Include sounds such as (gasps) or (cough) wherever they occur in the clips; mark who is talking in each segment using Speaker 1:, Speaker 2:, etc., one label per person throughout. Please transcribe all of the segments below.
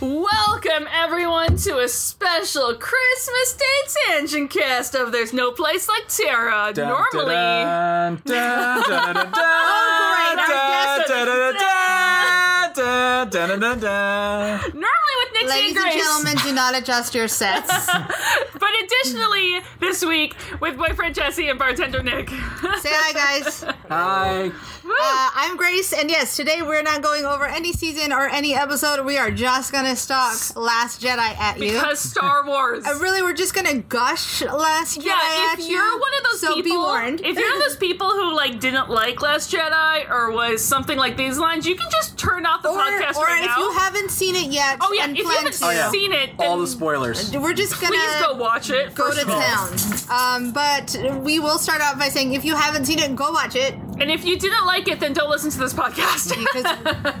Speaker 1: Welcome everyone to a special Christmas Day tangent cast of There's No Place Like Terra. Normally
Speaker 2: Normally.
Speaker 1: normally with Nixie
Speaker 3: Ladies
Speaker 1: and
Speaker 3: and
Speaker 1: Grace.
Speaker 3: gentlemen, do not adjust
Speaker 1: (laughs)
Speaker 3: your sets.
Speaker 1: But additionally this week with boyfriend Jesse and bartender Nick. (laughs)
Speaker 3: Say hi, guys. Uh,
Speaker 2: Hi.
Speaker 3: I'm Grace, and yes, today we're not going over any season or any episode. We are just gonna stalk Last Jedi at you. Uh,
Speaker 1: because Star
Speaker 3: (laughs)
Speaker 1: Wars.
Speaker 3: really, we're just gonna gush Last Jedi.
Speaker 1: yeah,
Speaker 3: at
Speaker 1: if
Speaker 3: you.
Speaker 1: you're one of those
Speaker 3: so
Speaker 1: people,
Speaker 3: be warned.
Speaker 1: if you're one of those people who like didn't like Last Jedi or was something like these lines, you can just turn off the
Speaker 3: (laughs) or,
Speaker 1: podcast
Speaker 3: or
Speaker 1: right
Speaker 3: if
Speaker 1: now.
Speaker 3: you haven't seen it yet,
Speaker 1: oh yeah,
Speaker 3: and
Speaker 1: if you
Speaker 3: plan
Speaker 1: haven't
Speaker 3: to,
Speaker 2: yeah.
Speaker 1: seen it, then
Speaker 2: All the spoilers.
Speaker 3: we're just gonna
Speaker 1: please go watch it.
Speaker 3: go
Speaker 1: first
Speaker 3: to
Speaker 1: of all.
Speaker 3: town. Um, but we will start out by saying if you haven't seen it, go watch it
Speaker 1: And if you didn't like it, then don't listen to this podcast.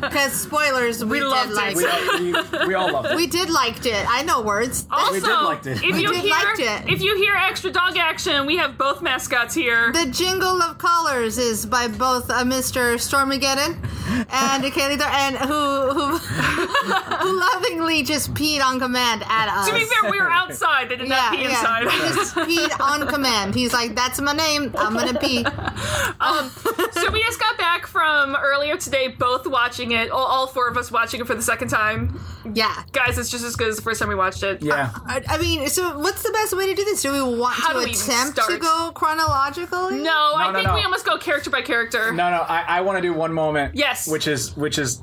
Speaker 1: (laughs)
Speaker 3: because spoilers. We, did
Speaker 1: loved it.
Speaker 3: like (laughs)
Speaker 2: We, all- we, we all love it.
Speaker 3: We did liked it. I know words.
Speaker 1: also,
Speaker 2: We did liked it.
Speaker 1: if
Speaker 2: We
Speaker 1: you
Speaker 3: did
Speaker 1: hear
Speaker 3: liked it.
Speaker 1: if you hear extra dog action, we have both mascots here.
Speaker 3: The jingle of callers is by both uh, Mr. Stormageddon and (laughs) Kaylee Dar- and who who, (laughs) who lovingly just peed on command at us.
Speaker 1: to be fair, we were outside. They did not pee inside.
Speaker 3: He
Speaker 1: (laughs)
Speaker 3: just peed on command. He's like, "That's my name. I'm gonna pee."
Speaker 1: Um, so we just got back from earlier today, both watching it. All, all four of us watching it for the second time.
Speaker 3: Yeah.
Speaker 1: Guys, it's just as good as the first time we watched it.
Speaker 2: Yeah.
Speaker 3: I, I mean, so what's the best way to do this? Do we want
Speaker 1: How
Speaker 3: to
Speaker 1: do we even
Speaker 3: attempt to
Speaker 1: start?
Speaker 3: go chronologically?
Speaker 1: No, I
Speaker 2: no,
Speaker 1: think
Speaker 2: no.
Speaker 1: we almost go character by character.
Speaker 2: No, no. I, I want to do one moment.
Speaker 1: Yes.
Speaker 2: Which is which is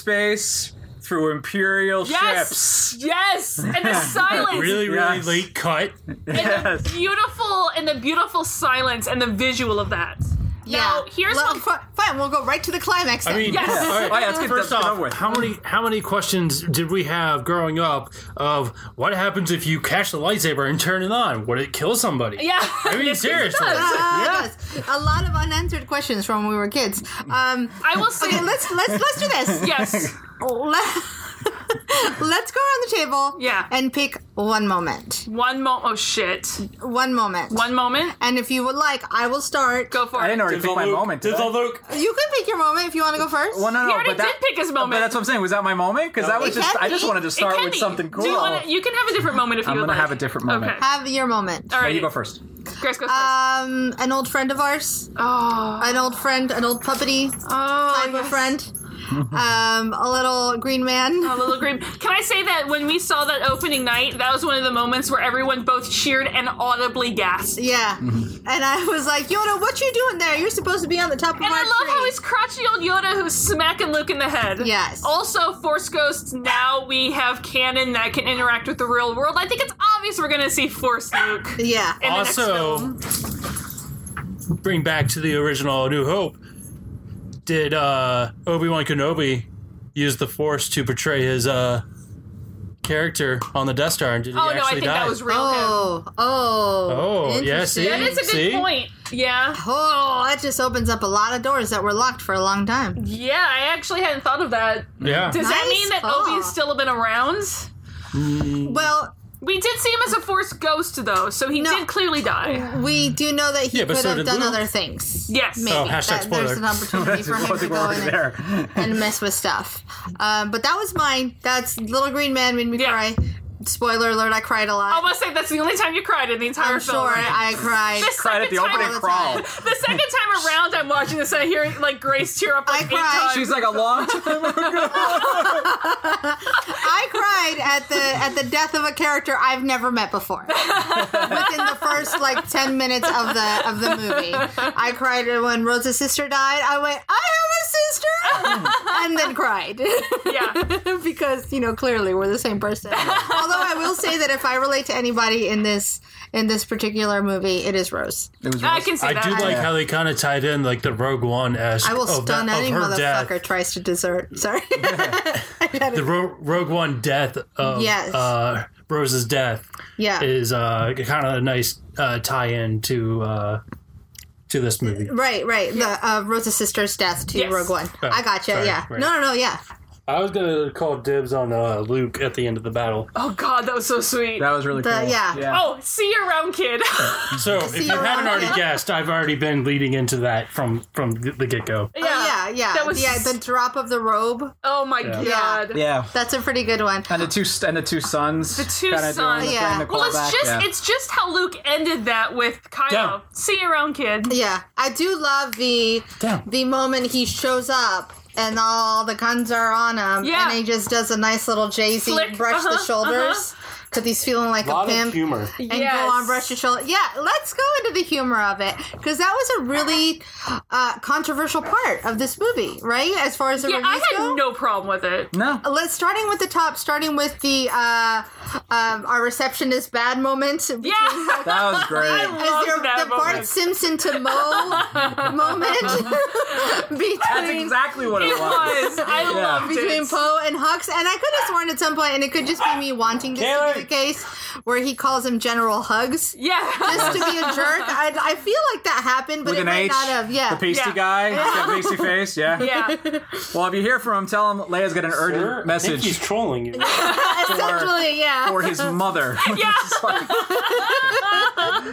Speaker 2: hyperspace through imperial ships.
Speaker 1: Yes, yes, and the silence.
Speaker 4: (laughs) really, really
Speaker 2: Yes.
Speaker 4: late cut.
Speaker 2: Yes.
Speaker 1: beautiful and the beautiful silence and the visual of that.
Speaker 3: Yeah.
Speaker 1: Now, here's how-
Speaker 3: Well, fi- fine. We'll go right to the climax.
Speaker 4: I
Speaker 3: then.
Speaker 4: mean,
Speaker 1: Yes.
Speaker 4: all right,
Speaker 2: Oh, yeah, let's get
Speaker 4: first
Speaker 2: that- get
Speaker 4: off,
Speaker 2: over with.
Speaker 4: how many how many questions did we have growing up of what happens if you catch the lightsaber and turn it on? Would it kill somebody?
Speaker 1: Yeah.
Speaker 4: I mean,
Speaker 1: Yes, it
Speaker 4: seriously.
Speaker 1: does.
Speaker 3: Ah, yes. a lot of unanswered questions from when we were kids. Um,
Speaker 1: I will say.
Speaker 3: okay, let's let's let's do
Speaker 1: (laughs)
Speaker 3: this.
Speaker 1: yes.
Speaker 3: Let- (laughs) Let's go around the table
Speaker 1: Yeah.
Speaker 3: and pick one moment.
Speaker 1: One mo. Oh shit.
Speaker 3: One moment.
Speaker 1: One moment.
Speaker 3: And if you would like, I will start.
Speaker 1: Go for
Speaker 2: I
Speaker 1: it.
Speaker 2: didn't already
Speaker 4: There's
Speaker 2: pick
Speaker 4: a
Speaker 2: my
Speaker 4: Luke-
Speaker 2: moment. did
Speaker 4: there's
Speaker 2: I?
Speaker 4: a Luke.
Speaker 3: You can pick your moment if you want to go first.
Speaker 2: Well, no, no,
Speaker 1: He already
Speaker 2: but that,
Speaker 1: did pick his moment.
Speaker 2: But that's what I'm saying. Was that my moment? Because that was
Speaker 3: It
Speaker 2: just.
Speaker 3: can
Speaker 2: I just
Speaker 3: be.
Speaker 2: wanted to
Speaker 1: It
Speaker 2: start
Speaker 1: can
Speaker 2: with
Speaker 1: be.
Speaker 2: something cool.
Speaker 1: Do you, wanna, you can have a different moment if
Speaker 2: I'm
Speaker 1: you would
Speaker 2: gonna
Speaker 1: like.
Speaker 2: have a different moment.
Speaker 1: Okay.
Speaker 3: Have your moment.
Speaker 1: All
Speaker 2: No,
Speaker 1: right.
Speaker 2: you go first.
Speaker 1: Grace goes first.
Speaker 3: Um, an old friend of ours,
Speaker 1: oh.
Speaker 3: an old friend, an old puppety
Speaker 1: Oh.
Speaker 3: type
Speaker 1: yes.
Speaker 3: of
Speaker 1: (laughs)
Speaker 3: friend, um, a little green man.
Speaker 1: A little green. Can I say that when we saw that opening night, that was one of the moments where everyone both cheered and audibly gasped.
Speaker 3: Yeah, and I was like, Yoda, what you doing there? You're supposed to be on the top of
Speaker 1: And
Speaker 3: our
Speaker 1: I love
Speaker 3: tree.
Speaker 1: how he's crotchety old Yoda who's smacking Luke in the head.
Speaker 3: Yes.
Speaker 1: Also, Force Ghosts, now we have canon that can interact with the real world. I think it's obvious we're going to see Force Luke.
Speaker 3: yeah,
Speaker 1: in the next
Speaker 4: Also,
Speaker 1: film.
Speaker 4: bring back to the original New Hope. Did uh, Obi Wan Kenobi use the Force to portray his uh, character on the Death Star? And did he
Speaker 1: oh
Speaker 4: actually
Speaker 1: no, I think
Speaker 4: die?
Speaker 1: that was real. him.
Speaker 3: Oh, oh,
Speaker 4: Oh, yeah, see?
Speaker 1: That is a good
Speaker 4: See?
Speaker 1: point. Yeah.
Speaker 3: Oh, that just opens up a lot of doors that were locked for a long time.
Speaker 1: Yeah, I actually hadn't thought of that. (laughs)
Speaker 4: yeah.
Speaker 1: Does that
Speaker 3: Nice
Speaker 1: mean that
Speaker 3: thought.
Speaker 1: Obi's still been around?
Speaker 3: Well,
Speaker 1: We did see him as a Force ghost, though, so he
Speaker 3: No.
Speaker 1: did clearly die.
Speaker 3: we do know that he
Speaker 4: Yeah, but
Speaker 3: could
Speaker 4: so
Speaker 3: have
Speaker 4: did
Speaker 3: done
Speaker 4: Luke.
Speaker 3: other things.
Speaker 1: Yes.
Speaker 3: Maybe
Speaker 4: Oh, hashtag
Speaker 3: That-
Speaker 4: spoiler.
Speaker 3: there's
Speaker 4: (laughs)
Speaker 3: an
Speaker 2: (laughs)
Speaker 3: opportunity for him
Speaker 2: Well,
Speaker 3: to
Speaker 2: we're
Speaker 3: go
Speaker 2: already
Speaker 3: in and,
Speaker 2: there.
Speaker 3: (laughs)
Speaker 2: (laughs)
Speaker 3: and mess with stuff. Um, but that was mine. That's Little Green Man made me
Speaker 1: Yeah. Oh
Speaker 3: cry. Spoiler alert, I cried a lot.
Speaker 1: I must say that's the only time you cried in the entire
Speaker 3: I'm
Speaker 1: film.
Speaker 3: sure I cried.
Speaker 1: (laughs) The
Speaker 2: Cried at
Speaker 1: second
Speaker 2: the
Speaker 1: time-
Speaker 2: opening
Speaker 3: all the
Speaker 2: crawl.
Speaker 1: (laughs)
Speaker 3: time.
Speaker 1: The second time around, I'm watching this, and I hear like Grace tear up like
Speaker 3: I
Speaker 1: eight
Speaker 3: cried.
Speaker 1: times.
Speaker 2: She's like a long time.
Speaker 3: I cried at the at the death of a character I've never met before. Within the first like ten minutes of the of the movie, I cried when Rosa's sister died. I went, I have a sister, and then cried (laughs)
Speaker 1: yeah.
Speaker 3: because you know clearly we're the same person. Although I will say that if I relate to anybody in this in this particular movie, it is Rose.
Speaker 2: It was
Speaker 1: I can see
Speaker 4: I
Speaker 1: that.
Speaker 4: do like
Speaker 2: Yeah.
Speaker 4: how they kind of tied in like the Rogue One esque.
Speaker 3: I will
Speaker 4: of
Speaker 3: stun
Speaker 4: that,
Speaker 3: any
Speaker 4: of her
Speaker 3: motherfucker
Speaker 4: death.
Speaker 3: tries to desert. Sorry. (laughs)
Speaker 4: The Ro- Rogue One death of
Speaker 3: Yes.
Speaker 4: uh, Rose's death
Speaker 3: Yeah.
Speaker 4: is uh, kind of a nice uh, tie-in to uh, to this movie.
Speaker 3: Right, right. The uh, Rosa's sister's death to
Speaker 1: Yes.
Speaker 3: Rogue One.
Speaker 4: Oh,
Speaker 3: I gotcha.
Speaker 4: sorry,
Speaker 3: yeah.
Speaker 4: right.
Speaker 3: No, no, no. Yeah. Oh,
Speaker 4: I was gonna call dibs on uh, Luke at the end of the battle.
Speaker 1: Oh god, that was so sweet.
Speaker 2: That was really
Speaker 3: The-
Speaker 2: cool.
Speaker 3: yeah.
Speaker 1: oh, see you around, kid. (laughs)
Speaker 3: Oh,
Speaker 4: So if you
Speaker 3: you
Speaker 4: haven't
Speaker 3: around.
Speaker 4: already guessed, I've already been leading into that from from the get go.
Speaker 3: Oh, Yeah. yeah,
Speaker 1: That was.
Speaker 3: yeah, the drop of the robe.
Speaker 1: oh my
Speaker 4: Yeah.
Speaker 1: god.
Speaker 2: yeah.
Speaker 3: That's a pretty good one.
Speaker 2: And the two and the two sons. The
Speaker 1: two sons.
Speaker 3: Yeah.
Speaker 1: Well, it's just it's just how Luke ended that with Kylo.
Speaker 4: Yeah.
Speaker 1: See you around, kid.
Speaker 3: Yeah, I do love the
Speaker 4: Damn.
Speaker 3: the moment he shows up and all the guns are on him,
Speaker 1: Yeah.
Speaker 3: and he just does a nice little Jay Z
Speaker 1: Flick,
Speaker 3: brush
Speaker 1: uh-huh,
Speaker 3: the shoulders because he's feeling like a, pimp.
Speaker 4: humor.
Speaker 3: and go on brush your shoulder. Yeah, let's go into the humor of it because that was a really uh, controversial part of this movie, right? As far as the
Speaker 1: Yeah, I
Speaker 3: reviews go.
Speaker 1: had no problem with it.
Speaker 2: no.
Speaker 3: Let's starting with the top, starting with the uh, um, our receptionist bad moment.
Speaker 1: Yeah. (laughs)
Speaker 2: That was great.
Speaker 3: Is
Speaker 1: Love
Speaker 3: there
Speaker 1: that
Speaker 3: the Bart
Speaker 1: moment.
Speaker 3: Simpson to
Speaker 1: (laughs)
Speaker 3: Mo moment
Speaker 2: That's
Speaker 3: between
Speaker 2: exactly what
Speaker 1: (laughs)
Speaker 2: it
Speaker 1: It
Speaker 2: was.
Speaker 1: was. I loved
Speaker 3: between
Speaker 1: it.
Speaker 3: Poe and Hux? And I could have sworn at some point, and it could just be me wanting this to be
Speaker 4: Taylor.
Speaker 3: the case, where he calls him General Hugs.
Speaker 1: yeah.
Speaker 3: Just to be a jerk, I, I feel like that happened, but it
Speaker 2: With an
Speaker 3: might
Speaker 2: H,
Speaker 3: not have. Yeah,
Speaker 2: the pasty
Speaker 1: Yeah.
Speaker 2: guy,
Speaker 1: (laughs)
Speaker 2: he's got a pasty face,
Speaker 1: (laughs)
Speaker 2: yeah.
Speaker 1: yeah.
Speaker 2: Well, if you hear from him, tell him Leia's got an urgent
Speaker 4: he's
Speaker 2: message
Speaker 4: trolling you.
Speaker 2: for,
Speaker 3: essentially, yeah.
Speaker 2: (laughs) for his mother. (laughs)
Speaker 1: Yeah.
Speaker 2: It's like-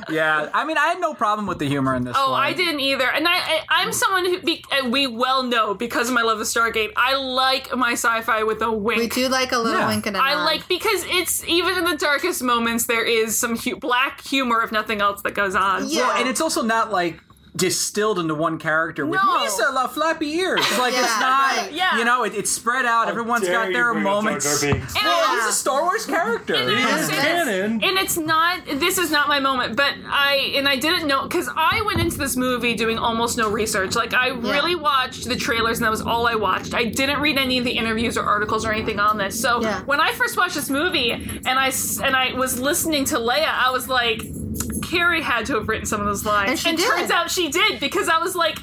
Speaker 2: yeah, I mean, I had no problem with the humor in this.
Speaker 1: Oh,
Speaker 2: Oh,
Speaker 1: I didn't either. And I, I I'm someone who be, and we well know because of my love of Stargate, I like my sci-fi with a wink.
Speaker 3: we do like a little
Speaker 2: Yeah.
Speaker 3: wink and a
Speaker 1: I
Speaker 3: nod.
Speaker 1: like because it's even in the darkest moments there is some hu- black humor if nothing else that goes on.
Speaker 3: Yeah.
Speaker 2: and it's also not like distilled into one character with
Speaker 1: No.
Speaker 2: Misa la
Speaker 3: (laughs)
Speaker 2: flappy ears. Like
Speaker 3: Yeah,
Speaker 2: it's not,
Speaker 3: right.
Speaker 1: Yeah.
Speaker 2: you know, it, it's spread out. Everyone's got their moments.
Speaker 1: And
Speaker 2: Well,
Speaker 3: Yeah.
Speaker 2: he's a Star Wars character.
Speaker 1: Yeah. Yes.
Speaker 4: He's canon.
Speaker 1: and it's not this is not my moment but i and i didn't know because i went into this movie doing almost no research like i really watched the trailers and that was all i watched i didn't read any of the interviews or articles or anything on this so
Speaker 3: Yeah.
Speaker 1: when i first watched this movie and i s- and i was listening to leia i was like carrie had to have written some of those lines
Speaker 3: And she did.
Speaker 1: turns out she did because i was like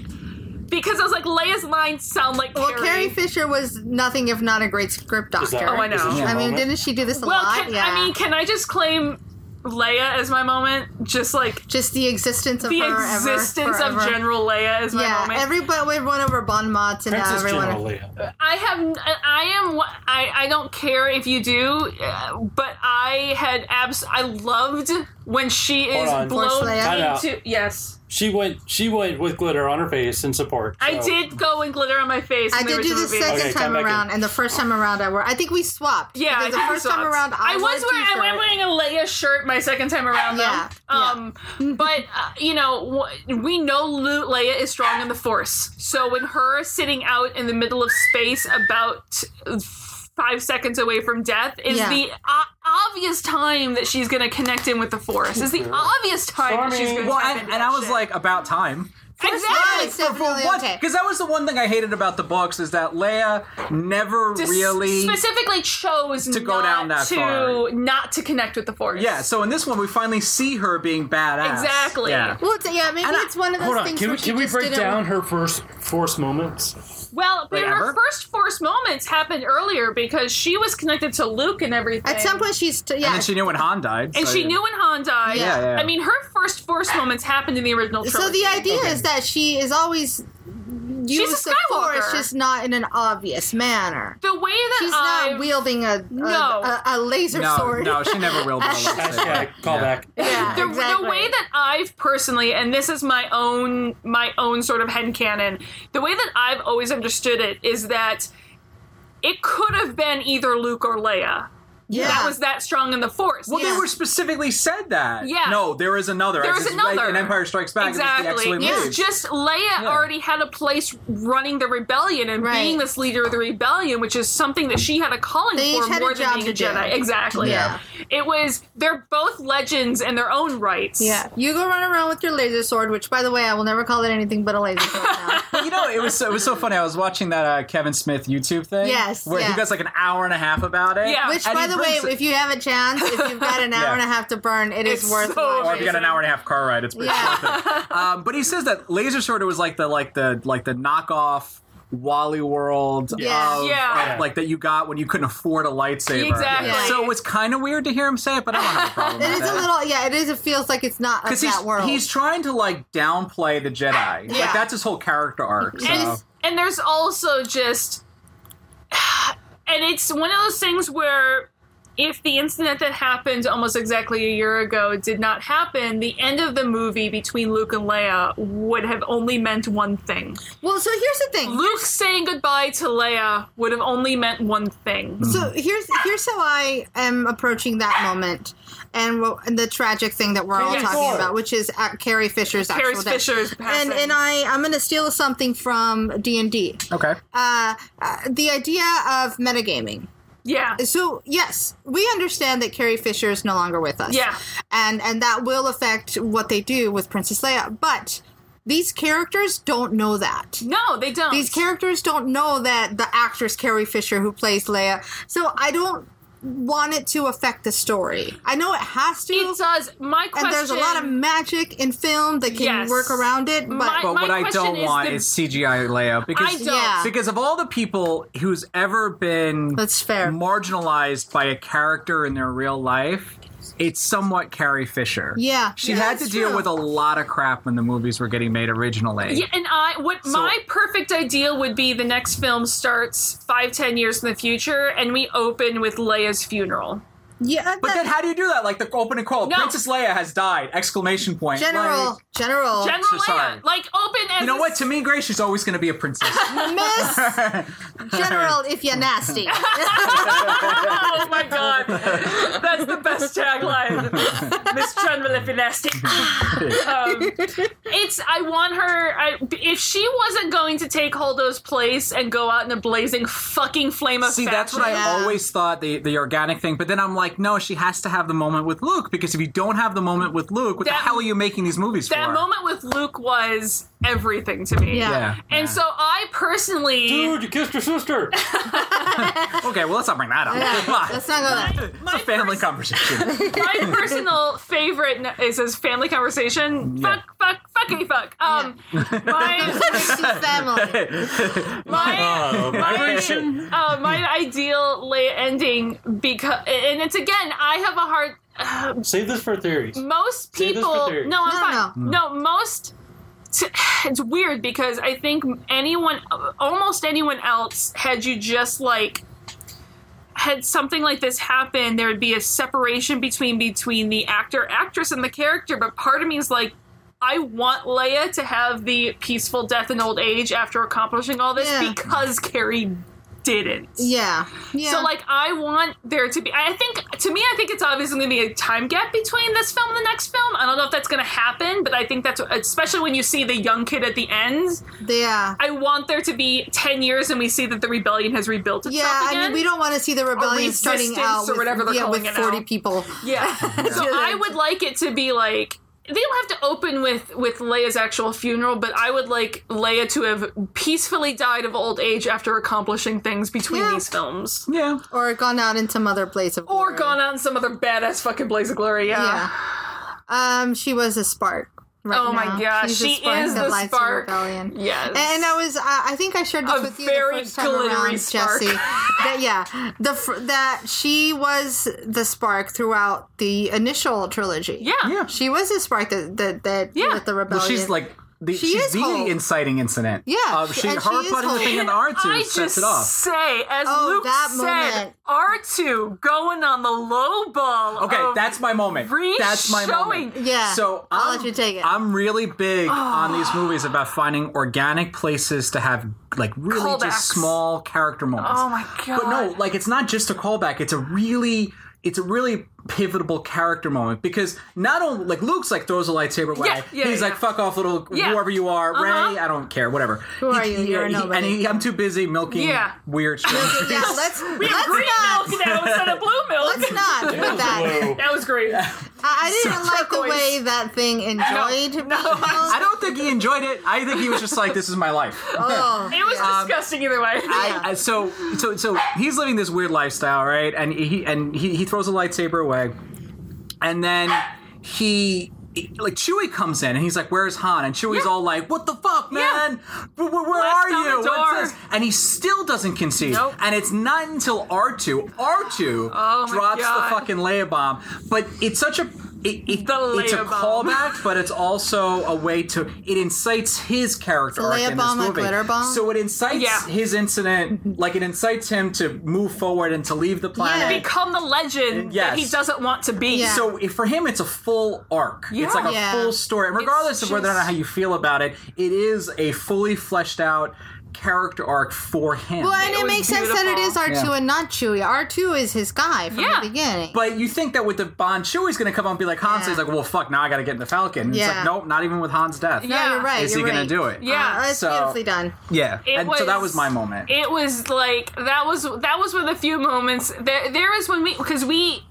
Speaker 1: because i was like leia's lines sound like
Speaker 3: Well, Carrie Fisher was nothing if not a great script doctor.
Speaker 1: Oh, I know.
Speaker 3: I mean, didn't she do this a
Speaker 1: well
Speaker 3: lot?
Speaker 1: can,
Speaker 3: yeah.
Speaker 1: i mean can i just claim leia as my moment just like
Speaker 3: just the existence of
Speaker 1: the
Speaker 3: her ever,
Speaker 1: existence of
Speaker 3: forever.
Speaker 1: General Leia is my
Speaker 3: Yeah,
Speaker 1: moment.
Speaker 3: everybody we went over Bon Mots and now
Speaker 4: Princess General
Speaker 3: everyone.
Speaker 4: Leia.
Speaker 1: I have, I am, I, I don't care if you do, uh, but I had abs. I loved when she
Speaker 4: Hold
Speaker 1: is
Speaker 4: on.
Speaker 3: Force
Speaker 1: blown
Speaker 3: Leia.
Speaker 4: Time out.
Speaker 1: into. Yes,
Speaker 4: She went. She went with glitter on her face in support.
Speaker 1: I
Speaker 4: so-
Speaker 1: did go and glitter on my face.
Speaker 3: I
Speaker 1: in the
Speaker 3: did do
Speaker 1: original
Speaker 3: this
Speaker 1: video.
Speaker 3: second
Speaker 4: Okay, come
Speaker 3: time
Speaker 4: back in.
Speaker 3: around, and the first time around I wore. I think we swapped.
Speaker 1: Yeah,
Speaker 3: because
Speaker 1: I
Speaker 3: the
Speaker 1: did
Speaker 3: first
Speaker 1: swaps.
Speaker 3: time around I,
Speaker 1: was
Speaker 3: wore a
Speaker 1: wearing I went
Speaker 3: t-shirt.
Speaker 1: wearing a Leia shirt my second time around.
Speaker 3: Yeah,
Speaker 1: though. Um, but uh, you know, wh- we know Lu- Leia is strong in the Force. So when her sitting out in the middle of space, about five seconds away from death, is
Speaker 3: Yeah.
Speaker 1: the uh, obvious time that she's going to connect in with the Force. Is the obvious time that she's
Speaker 4: Sorry.
Speaker 1: going to.
Speaker 2: Well, and, and I was like, about time.
Speaker 3: Yeah,
Speaker 1: exactly.
Speaker 3: it's definitely
Speaker 2: Because
Speaker 3: okay.
Speaker 2: that was the one thing I hated about the books is that Leia never
Speaker 1: Just
Speaker 2: really.
Speaker 1: specifically chose to
Speaker 2: go down that
Speaker 1: to
Speaker 2: far.
Speaker 1: not to connect with the force.
Speaker 2: yeah, so in this one we finally see her being badass.
Speaker 1: Exactly.
Speaker 2: Yeah.
Speaker 3: Well, it's, yeah, maybe
Speaker 2: And I-
Speaker 3: it's one of those
Speaker 4: Hold on.
Speaker 3: things.
Speaker 4: Can we
Speaker 3: where she
Speaker 4: can we
Speaker 3: just
Speaker 4: break
Speaker 3: didn't-
Speaker 4: down her first force moments?
Speaker 1: Well, but
Speaker 2: Wait,
Speaker 1: her
Speaker 2: ever?
Speaker 1: first force moments happened earlier because she was connected to Luke and everything.
Speaker 3: At some point, she's t- yeah.
Speaker 2: And then she knew when Han died.
Speaker 1: and
Speaker 2: so-
Speaker 1: she knew when Han died.
Speaker 3: Yeah.
Speaker 2: Oh, Yeah, yeah.
Speaker 1: I mean, her first force moments happened in the original
Speaker 3: so
Speaker 1: trilogy.
Speaker 3: the idea is that she is always
Speaker 1: She's a
Speaker 3: used the force,
Speaker 1: Skywalker.
Speaker 3: just not in an obvious manner.
Speaker 1: the way that
Speaker 3: She's
Speaker 1: I
Speaker 3: not wielding a a, a, a laser
Speaker 2: No,
Speaker 3: sword. (laughs)
Speaker 2: no, she
Speaker 1: (laughs)
Speaker 2: never will.
Speaker 4: Hashtag callback.
Speaker 3: yeah,
Speaker 1: the,
Speaker 3: exactly.
Speaker 1: the way that I've personally, and this is my own my own sort of headcanon, the way that I've always understood it is that it could have been either Luke or Leia.
Speaker 3: yeah.
Speaker 1: That was that strong in the Force.
Speaker 2: Well,
Speaker 3: Yeah.
Speaker 2: they were specifically said that.
Speaker 1: Yeah.
Speaker 2: No, there is another.
Speaker 1: There
Speaker 2: It's
Speaker 1: is
Speaker 2: just like
Speaker 1: another.
Speaker 2: in Empire Strikes Back. it's just the
Speaker 1: Exactly.
Speaker 2: X-Wing
Speaker 1: It's
Speaker 2: move.
Speaker 1: just Leia already had a place running the rebellion and
Speaker 3: Right.
Speaker 1: being this leader of the rebellion, which is something that she had a calling
Speaker 3: They each
Speaker 1: for
Speaker 3: had
Speaker 1: more
Speaker 3: a
Speaker 1: than
Speaker 3: job
Speaker 1: being
Speaker 3: to
Speaker 1: a
Speaker 3: do.
Speaker 1: Jedi. Exactly.
Speaker 3: Yeah.
Speaker 1: It was they're both legends in their own rights.
Speaker 3: Yeah, you go run around with your laser sword, which, by the way, I will never call it anything but a laser sword now.
Speaker 2: you know, it was so, it was so funny. I was watching that uh, Kevin Smith YouTube thing.
Speaker 3: Yes,
Speaker 2: where
Speaker 3: yeah.
Speaker 2: he does like an hour and a half about
Speaker 1: (laughs)
Speaker 2: it.
Speaker 1: Yeah.
Speaker 3: which,
Speaker 2: And
Speaker 3: by
Speaker 2: he
Speaker 3: the way,
Speaker 2: brings it-
Speaker 3: if you have a chance, if you've got an hour
Speaker 2: (laughs) Yeah.
Speaker 3: and a half to burn, it is
Speaker 1: It's
Speaker 3: worth
Speaker 1: so
Speaker 3: watching.
Speaker 2: or if you got an hour and a half car (laughs) ride, it's pretty
Speaker 3: Yeah.
Speaker 2: worth it. Um, but he says that laser sword was like the like the like the knockoff Wally World,
Speaker 3: Yeah.
Speaker 2: of-
Speaker 1: Yeah.
Speaker 2: of, like that you got when you couldn't afford a lightsaber.
Speaker 1: Exactly.
Speaker 2: So it was kind of weird to hear him say it, but I don't
Speaker 1: (laughs)
Speaker 2: have a problem
Speaker 3: It
Speaker 2: with
Speaker 3: is a
Speaker 2: that.
Speaker 3: little, yeah. It is. It feels like it's not of
Speaker 2: Because he's,
Speaker 3: that world.
Speaker 2: he's trying to like downplay the Jedi.
Speaker 3: Yeah.
Speaker 2: Like that's his whole character arc. So.
Speaker 1: and, and there's also just (sighs) and it's one of those things where if the incident that happened almost exactly a year ago did not happen, the end of the movie between Luke and Leia would have only meant one thing.
Speaker 3: well, so here's the thing.
Speaker 1: Luke saying goodbye to Leia would have only meant one thing.
Speaker 3: So here's here's how I am approaching that moment, and, wo- and the tragic thing that we're all
Speaker 1: Yes.
Speaker 3: talking about, which is uh, Carrie Fisher's
Speaker 1: Carrie
Speaker 3: actual death.
Speaker 1: Fisher's passing.
Speaker 3: And and I I'm gonna steal something from D and D. Uh,
Speaker 2: okay.
Speaker 3: The idea of metagaming.
Speaker 1: yeah.
Speaker 3: So yes, we understand that Carrie Fisher is no longer with us.
Speaker 1: Yeah.
Speaker 3: and and that will affect what they do with Princess Leia, but. These characters don't know that.
Speaker 1: No, they don't.
Speaker 3: These characters don't know that the actress Carrie Fisher who plays Leia. So I don't want it to affect the story. I know it has to.
Speaker 1: It does. My question.
Speaker 3: and there's a lot of magic in film that can
Speaker 1: Yes.
Speaker 3: work around it, but
Speaker 1: My-
Speaker 2: But what I
Speaker 1: question
Speaker 2: don't
Speaker 1: is
Speaker 2: want
Speaker 1: the-
Speaker 2: is CGI Leia because
Speaker 1: I don't.
Speaker 3: Yeah.
Speaker 2: because of all the people who's ever been
Speaker 3: That's fair.
Speaker 2: marginalized by a character in their real life it's somewhat carrie fisher
Speaker 3: Yeah.
Speaker 2: she
Speaker 3: Yeah,
Speaker 2: had to
Speaker 3: that's
Speaker 2: deal
Speaker 3: true.
Speaker 2: with a lot of crap when the movies were getting made originally
Speaker 1: Yeah, and I what
Speaker 2: So-
Speaker 1: my perfect ideal would be the next film starts five, ten years in the future, and we open with Leia's funeral.
Speaker 3: yeah,
Speaker 2: but
Speaker 3: that-
Speaker 2: then how do you do that like the opening crawl
Speaker 1: No.
Speaker 2: princess leia has died exclamation point
Speaker 3: General,
Speaker 2: Like,
Speaker 3: General,
Speaker 1: General
Speaker 2: so sorry.
Speaker 1: Leia, like open as
Speaker 2: you know
Speaker 1: a-
Speaker 2: what to me grace she's always going to be a
Speaker 3: (laughs)
Speaker 2: princess
Speaker 3: Miss General, if
Speaker 1: (laughs)
Speaker 3: you're nasty.
Speaker 1: Oh my god, that's the best tagline, Miss Trundle if you're
Speaker 2: (laughs)
Speaker 1: nasty. um, it's I want her. I, if she wasn't going to take Holdo's place and go out in a blazing fucking flame of
Speaker 2: See, that's what I
Speaker 3: Yeah.
Speaker 2: always thought the the organic thing. But then I'm like, no, she has to have the moment with Luke because if you don't have the moment with Luke, what
Speaker 1: That-
Speaker 2: the hell are you making these movies
Speaker 1: That
Speaker 2: for?
Speaker 1: moment with Luke was everything to me.
Speaker 3: Yeah.
Speaker 2: Yeah.
Speaker 1: And so I personally
Speaker 4: Dude, you kissed your sister.
Speaker 2: Okay, well, let's not bring
Speaker 3: (laughs)
Speaker 2: that up. Come on.
Speaker 3: Let's not
Speaker 1: (laughs)
Speaker 3: go there.
Speaker 2: it's a family conversation. (laughs)
Speaker 1: my personal favorite n- is his family conversation.
Speaker 2: Yeah.
Speaker 1: Fuck, fuck, fucky, fuck. Um,
Speaker 2: (laughs)
Speaker 1: my
Speaker 3: She's family.
Speaker 1: my.
Speaker 4: Uh, migration.
Speaker 1: Uh, my ideal lay ending because and it's again I have a hard uh,
Speaker 4: Save this for theories.
Speaker 1: most
Speaker 4: Save this for
Speaker 1: people
Speaker 4: theory.
Speaker 1: no I'm
Speaker 3: No,
Speaker 1: fine no, most (sighs) t- it's weird because I think anyone almost anyone else had you just like had something like this happen there would be a separation between between the actor actress and the character but part of me is like I want Leia to have the peaceful death in old age after accomplishing all this
Speaker 3: Yeah.
Speaker 1: because Carrie didn't.
Speaker 3: Yeah. Yeah.
Speaker 1: So like I want there to be I think to me I think it's obviously going to be a time gap between this film and the next film. I don't know if that's going to happen, but I think that's especially when you see the young kid at the end.
Speaker 3: yeah.
Speaker 1: I want there to be 10 years and we see that the rebellion has rebuilt itself
Speaker 3: Yeah, I
Speaker 1: again.
Speaker 3: mean, we don't want to see the rebellion starting
Speaker 1: resistance
Speaker 3: out
Speaker 1: or
Speaker 3: with,
Speaker 1: whatever they're
Speaker 3: yeah,
Speaker 1: calling
Speaker 3: with
Speaker 1: it now.
Speaker 3: 40 people.
Speaker 1: Yeah. (laughs)
Speaker 3: (laughs)
Speaker 1: so I would like it to be like they don't have to open with with Leia's actual funeral, but I would like Leia to have peacefully died of old age after accomplishing things between
Speaker 3: Yeah.
Speaker 1: these films.
Speaker 2: yeah.
Speaker 3: Or gone out in some other place of
Speaker 1: Or
Speaker 3: glory.
Speaker 1: gone out in some other badass fucking blaze of glory,
Speaker 3: Yeah. Um, she was a spark. Right
Speaker 1: Oh my
Speaker 3: now.
Speaker 1: gosh,
Speaker 3: She's a
Speaker 1: she
Speaker 3: spark
Speaker 1: is
Speaker 3: that
Speaker 1: the
Speaker 3: lights
Speaker 1: spark.
Speaker 3: rebellion.
Speaker 1: Yes.
Speaker 3: And I was, I I think I shared this
Speaker 1: A
Speaker 3: with you
Speaker 1: very
Speaker 3: the first time
Speaker 1: glittery
Speaker 3: around,
Speaker 1: spark.
Speaker 3: Jesse. That yeah, the fr- that she was the spark throughout the initial trilogy.
Speaker 1: Yeah.
Speaker 2: Yeah.
Speaker 3: she was the spark that that, that
Speaker 1: Yeah.
Speaker 3: with the
Speaker 2: Well,
Speaker 3: rebellion.
Speaker 2: she's like, the,
Speaker 3: She
Speaker 2: she's
Speaker 3: is
Speaker 2: the
Speaker 3: whole.
Speaker 2: inciting incident.
Speaker 3: Yeah,
Speaker 2: Uh,
Speaker 3: she-
Speaker 2: she,
Speaker 3: and
Speaker 2: her
Speaker 3: she is
Speaker 2: putting the
Speaker 3: whole.
Speaker 2: thing in the
Speaker 1: I
Speaker 2: R2
Speaker 1: just
Speaker 2: sets it off.
Speaker 1: say, as
Speaker 3: Oh,
Speaker 1: Luke
Speaker 3: that
Speaker 1: said,
Speaker 3: moment.
Speaker 1: R2 going on the low ball.
Speaker 2: Okay,
Speaker 1: of
Speaker 2: that's my moment. That's my
Speaker 1: re-showing- Ah.
Speaker 2: moment.
Speaker 3: yeah.
Speaker 2: So
Speaker 3: I'll
Speaker 2: I'm-
Speaker 3: let you take it.
Speaker 2: I'm really big on these movies about finding organic places to have like really
Speaker 1: Callbacks.
Speaker 2: just small character moments.
Speaker 1: Oh my god.
Speaker 2: But no, like it's not just a callback. It's a really, it's a really pivotal character moment because not only like Luke's like throws a lightsaber away.
Speaker 1: Yeah, yeah,
Speaker 2: he's
Speaker 1: yeah.
Speaker 2: like fuck off, little
Speaker 1: Yeah.
Speaker 2: whoever you are,
Speaker 1: Uh-huh.
Speaker 2: Ray. I don't care, whatever. Who
Speaker 3: are you? You're nobody.
Speaker 2: and he, I'm too busy milking
Speaker 1: Yeah.
Speaker 2: weird. shit.
Speaker 3: (laughs) yeah, let's
Speaker 1: we have
Speaker 3: let's
Speaker 1: green
Speaker 3: not
Speaker 1: milk now instead of blue milk.
Speaker 3: let's not with
Speaker 2: (laughs)
Speaker 3: that.
Speaker 4: Whoa.
Speaker 1: (laughs) That was great.
Speaker 3: I, I didn't like the
Speaker 1: turquoise.
Speaker 3: way that thing enjoyed.
Speaker 1: No,
Speaker 3: being held.
Speaker 2: (laughs) I don't think he enjoyed it. I think he was just like, this is my life.
Speaker 3: Oh,
Speaker 1: It
Speaker 3: (laughs)
Speaker 1: was disgusting either way. (laughs)
Speaker 2: I, I, so so so he's living this weird lifestyle, right? And he and he, he throws a lightsaber away, and then he like Chewie comes in and he's like, "Where's Han?" And Chewie's
Speaker 1: Yeah.
Speaker 2: all like, "What the fuck,
Speaker 1: Yeah.
Speaker 2: man? Where, where, where
Speaker 1: Blast
Speaker 2: are
Speaker 1: down
Speaker 2: you?"
Speaker 1: the
Speaker 2: What's
Speaker 1: door.
Speaker 2: this? And he still doesn't concede.
Speaker 1: Nope.
Speaker 2: And it's not until R two R two
Speaker 1: Oh my
Speaker 2: drops
Speaker 1: God.
Speaker 2: the fucking Leia bomb. But it's such a it, it,
Speaker 1: The
Speaker 2: it's a
Speaker 1: Leia bomb.
Speaker 2: callback, but it's also a way to it incites his character
Speaker 3: Is
Speaker 2: arc
Speaker 3: Leia
Speaker 2: in
Speaker 3: bomb a
Speaker 2: this movie.
Speaker 3: glitter bomb?
Speaker 2: So it incites
Speaker 1: Yeah.
Speaker 2: his incident, like it incites him to move forward and to leave the planet.
Speaker 3: Mm-hmm. Yeah.
Speaker 1: become the legend that
Speaker 2: Yes.
Speaker 1: he doesn't want to be.
Speaker 3: Yeah.
Speaker 2: So if- for him, it's a full arc.
Speaker 1: Yeah.
Speaker 2: It's like a
Speaker 3: Yeah.
Speaker 2: full story. And regardless
Speaker 1: It's
Speaker 2: of whether or not
Speaker 1: just-
Speaker 2: how you feel about it, it is a fully fleshed out character arc for him.
Speaker 3: Well, and
Speaker 1: It
Speaker 3: it,
Speaker 1: was
Speaker 3: makes sense that it is R2
Speaker 2: Yeah.
Speaker 3: and not Chewie. R2 is his guy from
Speaker 1: Yeah.
Speaker 3: the beginning.
Speaker 2: but you think that with the Bond, Chewie's going to come up and be like Hans.
Speaker 3: Yeah.
Speaker 2: He's like, well, fuck, now I got to get in the Falcon. And It's
Speaker 3: Yeah.
Speaker 2: like, nope, not even with Han's death.
Speaker 3: no,
Speaker 1: Yeah.
Speaker 3: you're right.
Speaker 2: Is he
Speaker 3: you're
Speaker 2: going
Speaker 3: right.
Speaker 2: to do it?
Speaker 1: Yeah.
Speaker 3: Uh, it's
Speaker 2: So-
Speaker 3: beautifully done.
Speaker 2: Yeah.
Speaker 1: It
Speaker 2: and so that
Speaker 1: was-
Speaker 2: was my moment.
Speaker 1: it was like that was that was one of the few moments there there is when we because we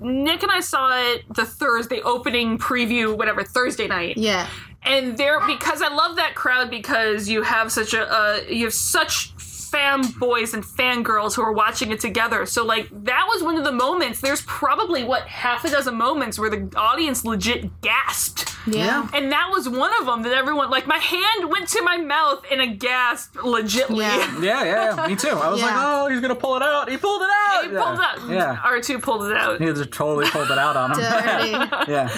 Speaker 1: nick and i saw it the thursday opening preview whatever thursday night
Speaker 3: Yeah.
Speaker 1: and there because i love that crowd because you have such a uh, you have such fanboys and fangirls who are watching it together so like that was one of the moments there's probably what half a dozen moments where the audience legit gasped
Speaker 3: Yeah.
Speaker 1: and that was one of them that everyone like my hand went to my mouth in a gasp legitly
Speaker 3: Yeah.
Speaker 1: (laughs)
Speaker 2: yeah, yeah, yeah, me too. I was like,
Speaker 3: Yeah.
Speaker 2: oh, he's going to pull it out. He pulled it out.
Speaker 1: He
Speaker 2: yeah.
Speaker 1: pulled up.
Speaker 2: Yeah.
Speaker 1: R2 pulled it out.
Speaker 2: He just totally pulled it out on
Speaker 3: (laughs)
Speaker 2: him.
Speaker 1: (laughs)
Speaker 3: Dirty.
Speaker 2: yeah.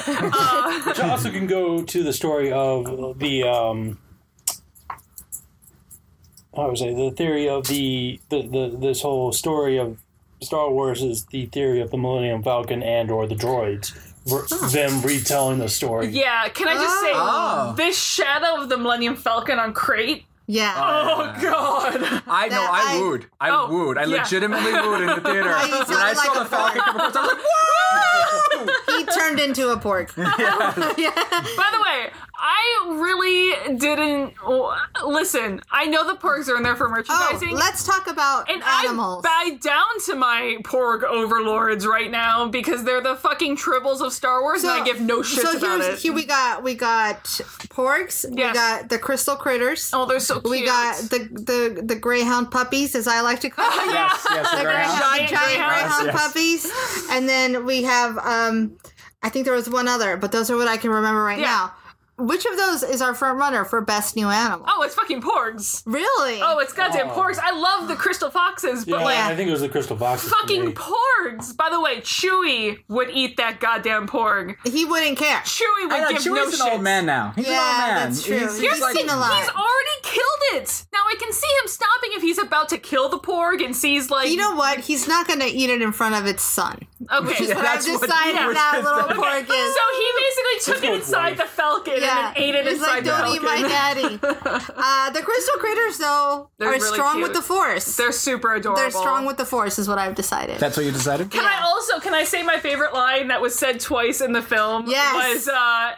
Speaker 4: Which also can go to the story of the um how was I the theory of the, the, the this whole story of Star Wars is the theory of the Millennium Falcon and or the droids. R- them retelling the story.
Speaker 1: Yeah, can I just say
Speaker 2: Oh.
Speaker 1: this shadow of the Millennium Falcon on crate?
Speaker 3: yeah.
Speaker 1: Oh god.
Speaker 2: I know.
Speaker 3: That
Speaker 2: I,
Speaker 3: I-
Speaker 2: wooed. I
Speaker 1: Oh,
Speaker 2: wooed. I
Speaker 1: yeah.
Speaker 2: legitimately wooed
Speaker 1: (laughs)
Speaker 2: in the theater
Speaker 3: Oh, you
Speaker 2: when
Speaker 3: sounded
Speaker 2: I saw
Speaker 3: like a
Speaker 2: the Falcon
Speaker 3: pork.
Speaker 2: come across. I was like, "Whoa!"
Speaker 3: he turned into a
Speaker 2: (laughs)
Speaker 3: pork.
Speaker 1: By the way, I really didn't listen. I know the porgs are in there for
Speaker 3: Oh,
Speaker 1: merchandising.
Speaker 3: let's talk about
Speaker 1: and
Speaker 3: animals.
Speaker 1: I bow down to my porg overlords right now because they're the fucking tribbles of Star Wars and I give no shits
Speaker 3: so
Speaker 1: about
Speaker 3: here's-
Speaker 1: it.
Speaker 3: Here we got we got porgs.
Speaker 1: Yes.
Speaker 3: We got the crystal critters.
Speaker 1: oh, they're so cute.
Speaker 3: we got the, the the greyhound puppies, as I like
Speaker 1: (laughs)
Speaker 3: to call them.
Speaker 2: yes, yes, the
Speaker 3: the greyhound,
Speaker 2: greyhound.
Speaker 1: Giant
Speaker 3: giant,
Speaker 1: greyhounds.
Speaker 3: greyhound
Speaker 2: Yes.
Speaker 3: puppies, and then we have um, I think there was one other, but those are what I can remember right
Speaker 1: Yeah.
Speaker 3: now. Which of those is our front runner for best new animal?
Speaker 1: oh, it's fucking porgs.
Speaker 3: really?
Speaker 1: Oh, it's goddamn porgs. I love the crystal foxes, but
Speaker 4: Yeah,
Speaker 1: like
Speaker 4: I think it was the crystal boxes. for
Speaker 1: fucking
Speaker 4: me.
Speaker 1: porgs. By the way, Chewy would eat that goddamn porg.
Speaker 3: he wouldn't care.
Speaker 1: Chewy would
Speaker 2: I know,
Speaker 1: give
Speaker 2: Chewie's
Speaker 1: no
Speaker 2: an
Speaker 1: shit.
Speaker 2: old man now. He's
Speaker 3: Yeah,
Speaker 2: an old man.
Speaker 3: that's true.
Speaker 2: He's,
Speaker 3: You're
Speaker 2: he's like,
Speaker 1: (laughs)
Speaker 3: sitting a lot.
Speaker 1: He's already killed it. Now I can see him stopping if he's about to kill the porg and sees like
Speaker 3: You know what? He's not going to eat it in front of its son.
Speaker 1: okay.
Speaker 3: But I've
Speaker 2: That's what-
Speaker 3: decided
Speaker 1: yeah.
Speaker 3: that little pork
Speaker 1: (laughs) So
Speaker 3: is.
Speaker 1: he basically took it
Speaker 4: go with
Speaker 1: inside
Speaker 4: wife.
Speaker 1: the falcon
Speaker 3: yeah,
Speaker 1: and then ate it
Speaker 3: He's
Speaker 1: inside
Speaker 3: like,
Speaker 1: the
Speaker 3: don't
Speaker 1: falcon.
Speaker 3: eat my daddy.
Speaker 1: (laughs)
Speaker 3: uh, the crystal critters, though,
Speaker 1: They're
Speaker 3: are
Speaker 1: really
Speaker 3: strong
Speaker 1: cute.
Speaker 3: with the force.
Speaker 1: They're super adorable.
Speaker 3: They're strong with the force, is what I've decided.
Speaker 2: That's what you decided.
Speaker 1: Can I
Speaker 3: Yeah.
Speaker 1: also can I say my favorite line that was said twice in the film?
Speaker 3: Yes.
Speaker 1: Was uh,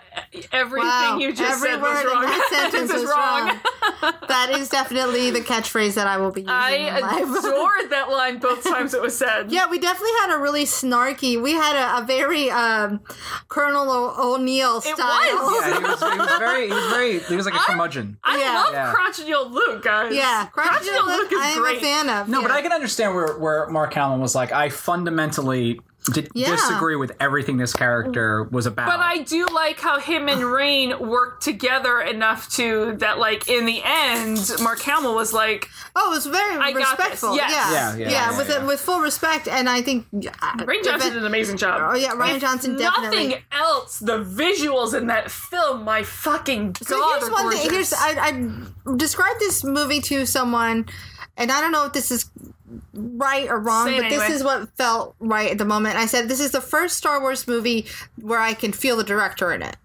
Speaker 1: everything
Speaker 3: Wow.
Speaker 1: you just
Speaker 3: Every
Speaker 1: said
Speaker 3: word
Speaker 1: was wrong.
Speaker 3: in
Speaker 1: (laughs)
Speaker 3: that sentence
Speaker 1: This
Speaker 3: was
Speaker 1: is
Speaker 3: wrong. that is definitely the catchphrase that I will be using in
Speaker 1: I
Speaker 3: life.
Speaker 1: adored that line both times it was said.
Speaker 3: (laughs) Yeah, we definitely had a really snarky. We had a, a very um, Colonel o- O'Neill style.
Speaker 1: was.
Speaker 3: (laughs)
Speaker 2: Yeah, he was, he was very, he was very, he was like a curmudgeon.
Speaker 1: I
Speaker 3: Yeah.
Speaker 1: love
Speaker 2: Yeah.
Speaker 1: crotchety old Luke, guys.
Speaker 3: Yeah,
Speaker 1: crotchety old Luke is
Speaker 3: I am
Speaker 1: great.
Speaker 3: a fan of.
Speaker 2: No, but
Speaker 3: yeah.
Speaker 2: I can understand where, where Mark Hamill was like, I fundamentally did
Speaker 3: Yeah.
Speaker 2: disagree with everything this character was about.
Speaker 1: But I do like how him
Speaker 3: (sighs)
Speaker 1: and Rain worked together enough to that, like in the end, Mark Hamill was like,
Speaker 3: Oh, it was very
Speaker 1: I got this.
Speaker 3: respectful.
Speaker 1: Yes.
Speaker 3: Yeah.
Speaker 2: Yeah, yeah, yeah,
Speaker 3: with
Speaker 2: yeah.
Speaker 3: with full respect, and I think uh,
Speaker 1: "Rain Johnson did an amazing job."
Speaker 3: Oh yeah, Ryan Johnson definitely.
Speaker 1: Nothing else. The visuals in that film, my fucking god,
Speaker 3: So here's
Speaker 1: are
Speaker 3: one thing.
Speaker 1: gorgeous.
Speaker 3: Here's I, I described this movie to someone, and I don't know if this is right or wrong,
Speaker 1: Say it
Speaker 3: but this
Speaker 1: anyway.
Speaker 3: is what felt right at the moment. I said this is the first Star Wars movie where I can feel the director in it.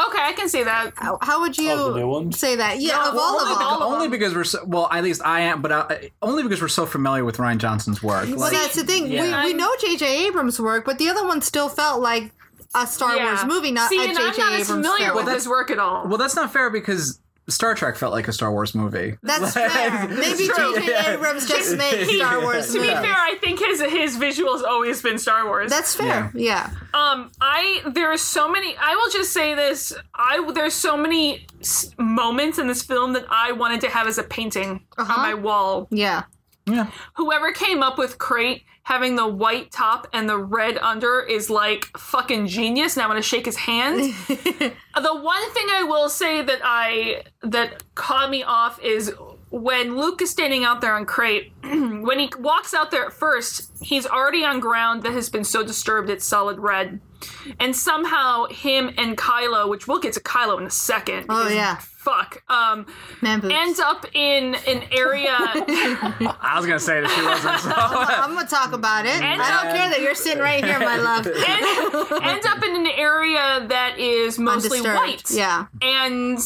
Speaker 1: okay, I can see that.
Speaker 3: How, how would you
Speaker 4: Of Oh, the new ones?
Speaker 3: say that? Yeah,
Speaker 1: No,
Speaker 3: of all
Speaker 1: only
Speaker 3: of
Speaker 1: the-
Speaker 3: them.
Speaker 1: all of
Speaker 2: only
Speaker 1: them.
Speaker 2: because we're so, well, at least I am, but I, only because we're so familiar with Ryan Johnson's work.
Speaker 3: Well,
Speaker 2: Like,
Speaker 3: that's the thing.
Speaker 2: yeah.
Speaker 3: We, we know J.J. Abrams' work, but the other one still felt like a Star
Speaker 1: Yeah.
Speaker 3: Wars movie, not
Speaker 1: see,
Speaker 3: a
Speaker 1: and I'm
Speaker 3: J.J.
Speaker 1: not as
Speaker 3: Abrams
Speaker 1: familiar
Speaker 3: film.
Speaker 1: with his work at all.
Speaker 2: well, that's not fair because Star Trek felt like a Star Wars movie.
Speaker 3: That's fair. Maybe
Speaker 1: true. (laughs)
Speaker 3: J.J.
Speaker 2: Yeah.
Speaker 3: Abrams just made
Speaker 4: (laughs)
Speaker 3: Star Wars
Speaker 1: to be
Speaker 3: movies.
Speaker 1: fair, I think his his visuals always been Star Wars.
Speaker 3: That's fair. Yeah.
Speaker 1: Um, I there are so many. I will just say this. I there's so many s- moments in this film that I wanted to have as a painting on my wall.
Speaker 3: Yeah.
Speaker 2: Yeah.
Speaker 1: Whoever came up with crate having the white top and the red under is like fucking genius, and I want to shake his hand. the one thing I will say that I that caught me off is when Luke is standing out there on crate. (clears throat) when he walks out there at first, he's already on ground that has been so disturbed it's solid red. And somehow him and Kylo, which we'll get to Kylo in a second.
Speaker 3: Oh,
Speaker 1: because
Speaker 3: yeah.
Speaker 1: Fuck. Um
Speaker 3: Man boobs.
Speaker 1: ends up in an area
Speaker 2: I was gonna say that she wasn't. So.
Speaker 3: I'm gonna talk about it. I
Speaker 1: um,
Speaker 3: don't care that you're sitting right here,
Speaker 1: (laughs)
Speaker 3: my love. (laughs)
Speaker 1: end, ends up in an area that is mostly
Speaker 3: Undisturbed.
Speaker 1: white.
Speaker 3: Yeah,
Speaker 1: And